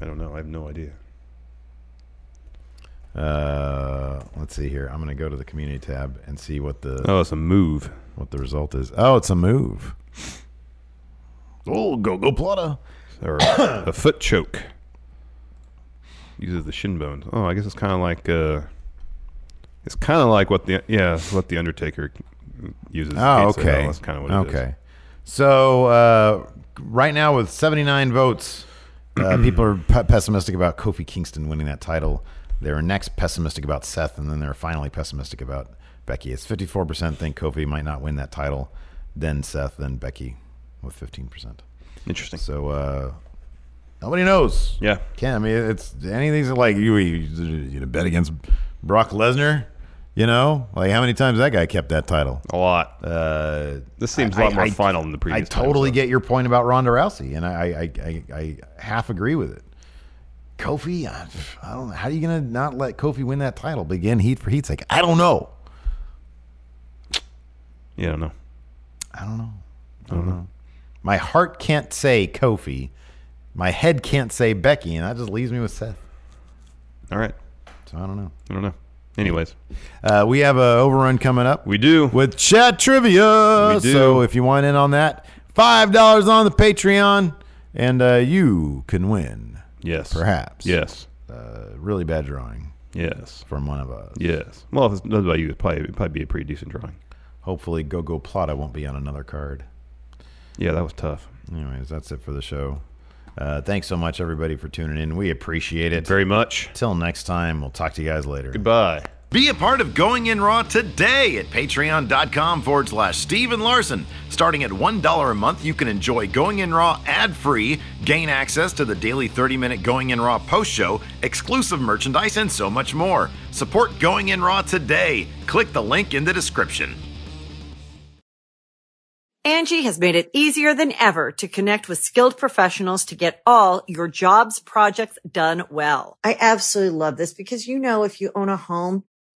Speaker 2: I don't know. I have no idea.
Speaker 1: Uh, let's see here. I'm going to go to the community tab and see what the
Speaker 2: Oh, it's a move.
Speaker 1: What the result is? Oh, it's a move. Oh, go go Plata.
Speaker 2: Or a foot choke. Uses the shin bones. Oh, I guess it's kind of like uh, it's kind of like what the yeah what the Undertaker uses.
Speaker 1: Oh,
Speaker 2: against the
Speaker 1: okay.
Speaker 2: Hell. That's kind of what it is.
Speaker 1: okay. So uh, right now with 79 votes, uh, people are pe- pessimistic about Kofi Kingston winning that title. They're next pessimistic about Seth, and then they're finally pessimistic about Becky. It's 54% think Kofi might not win that title, then Seth, then Becky with 15%.
Speaker 2: Interesting.
Speaker 1: So uh, nobody knows.
Speaker 2: Yeah.
Speaker 1: Can I mean it's anything's like you you, you bet against Brock Lesnar. You know, like how many times that guy kept that title?
Speaker 2: A lot.
Speaker 1: Uh,
Speaker 2: this seems a lot more final than the
Speaker 1: I
Speaker 2: previous time,
Speaker 1: totally get your point about Ronda Rousey, and I I, I, I half agree with it. Kofi, I, I don't know. How are you gonna not let Kofi win that title? But again, heat for heat's sake, I don't know.
Speaker 2: Yeah, I don't know.
Speaker 1: I don't know. I don't know. My heart can't say Kofi. My head can't say Becky, and that just leaves me with Seth.
Speaker 2: All right.
Speaker 1: So I don't know.
Speaker 2: I don't know. Anyways,
Speaker 1: Uh, we have a overrun coming up.
Speaker 2: We do
Speaker 1: with chat trivia.
Speaker 2: We do.
Speaker 1: So if you want in on that, five dollars on the Patreon, and uh, you can win.
Speaker 2: Yes.
Speaker 1: perhaps.
Speaker 2: Yes.
Speaker 1: Uh, really bad drawing.
Speaker 2: Yes.
Speaker 1: from one of uh, us.
Speaker 2: yes. Well, if it's not about you, it'd probably, it'd probably be a pretty decent drawing.
Speaker 1: Hopefully, Go Go Plata won't be on another card.
Speaker 2: Yeah, that was tough.
Speaker 1: Anyways, that's it for the show. Uh, thanks so much, everybody, for tuning in. We appreciate it
Speaker 2: very much.
Speaker 1: Till next time, we'll talk to you guys later.
Speaker 2: Goodbye.
Speaker 1: Be a part of Going In Raw today at patreon.com forward slash Steven Larson. Starting at $1 a month, you can enjoy Going In Raw ad free, gain access to the daily 30 minute Going In Raw post show, exclusive merchandise, and so much more. Support Going In Raw today. Click the link in the description.
Speaker 3: Angie has made it easier than ever to connect with skilled professionals to get all your jobs projects done well.
Speaker 4: I absolutely love this because, you know, if you own a home,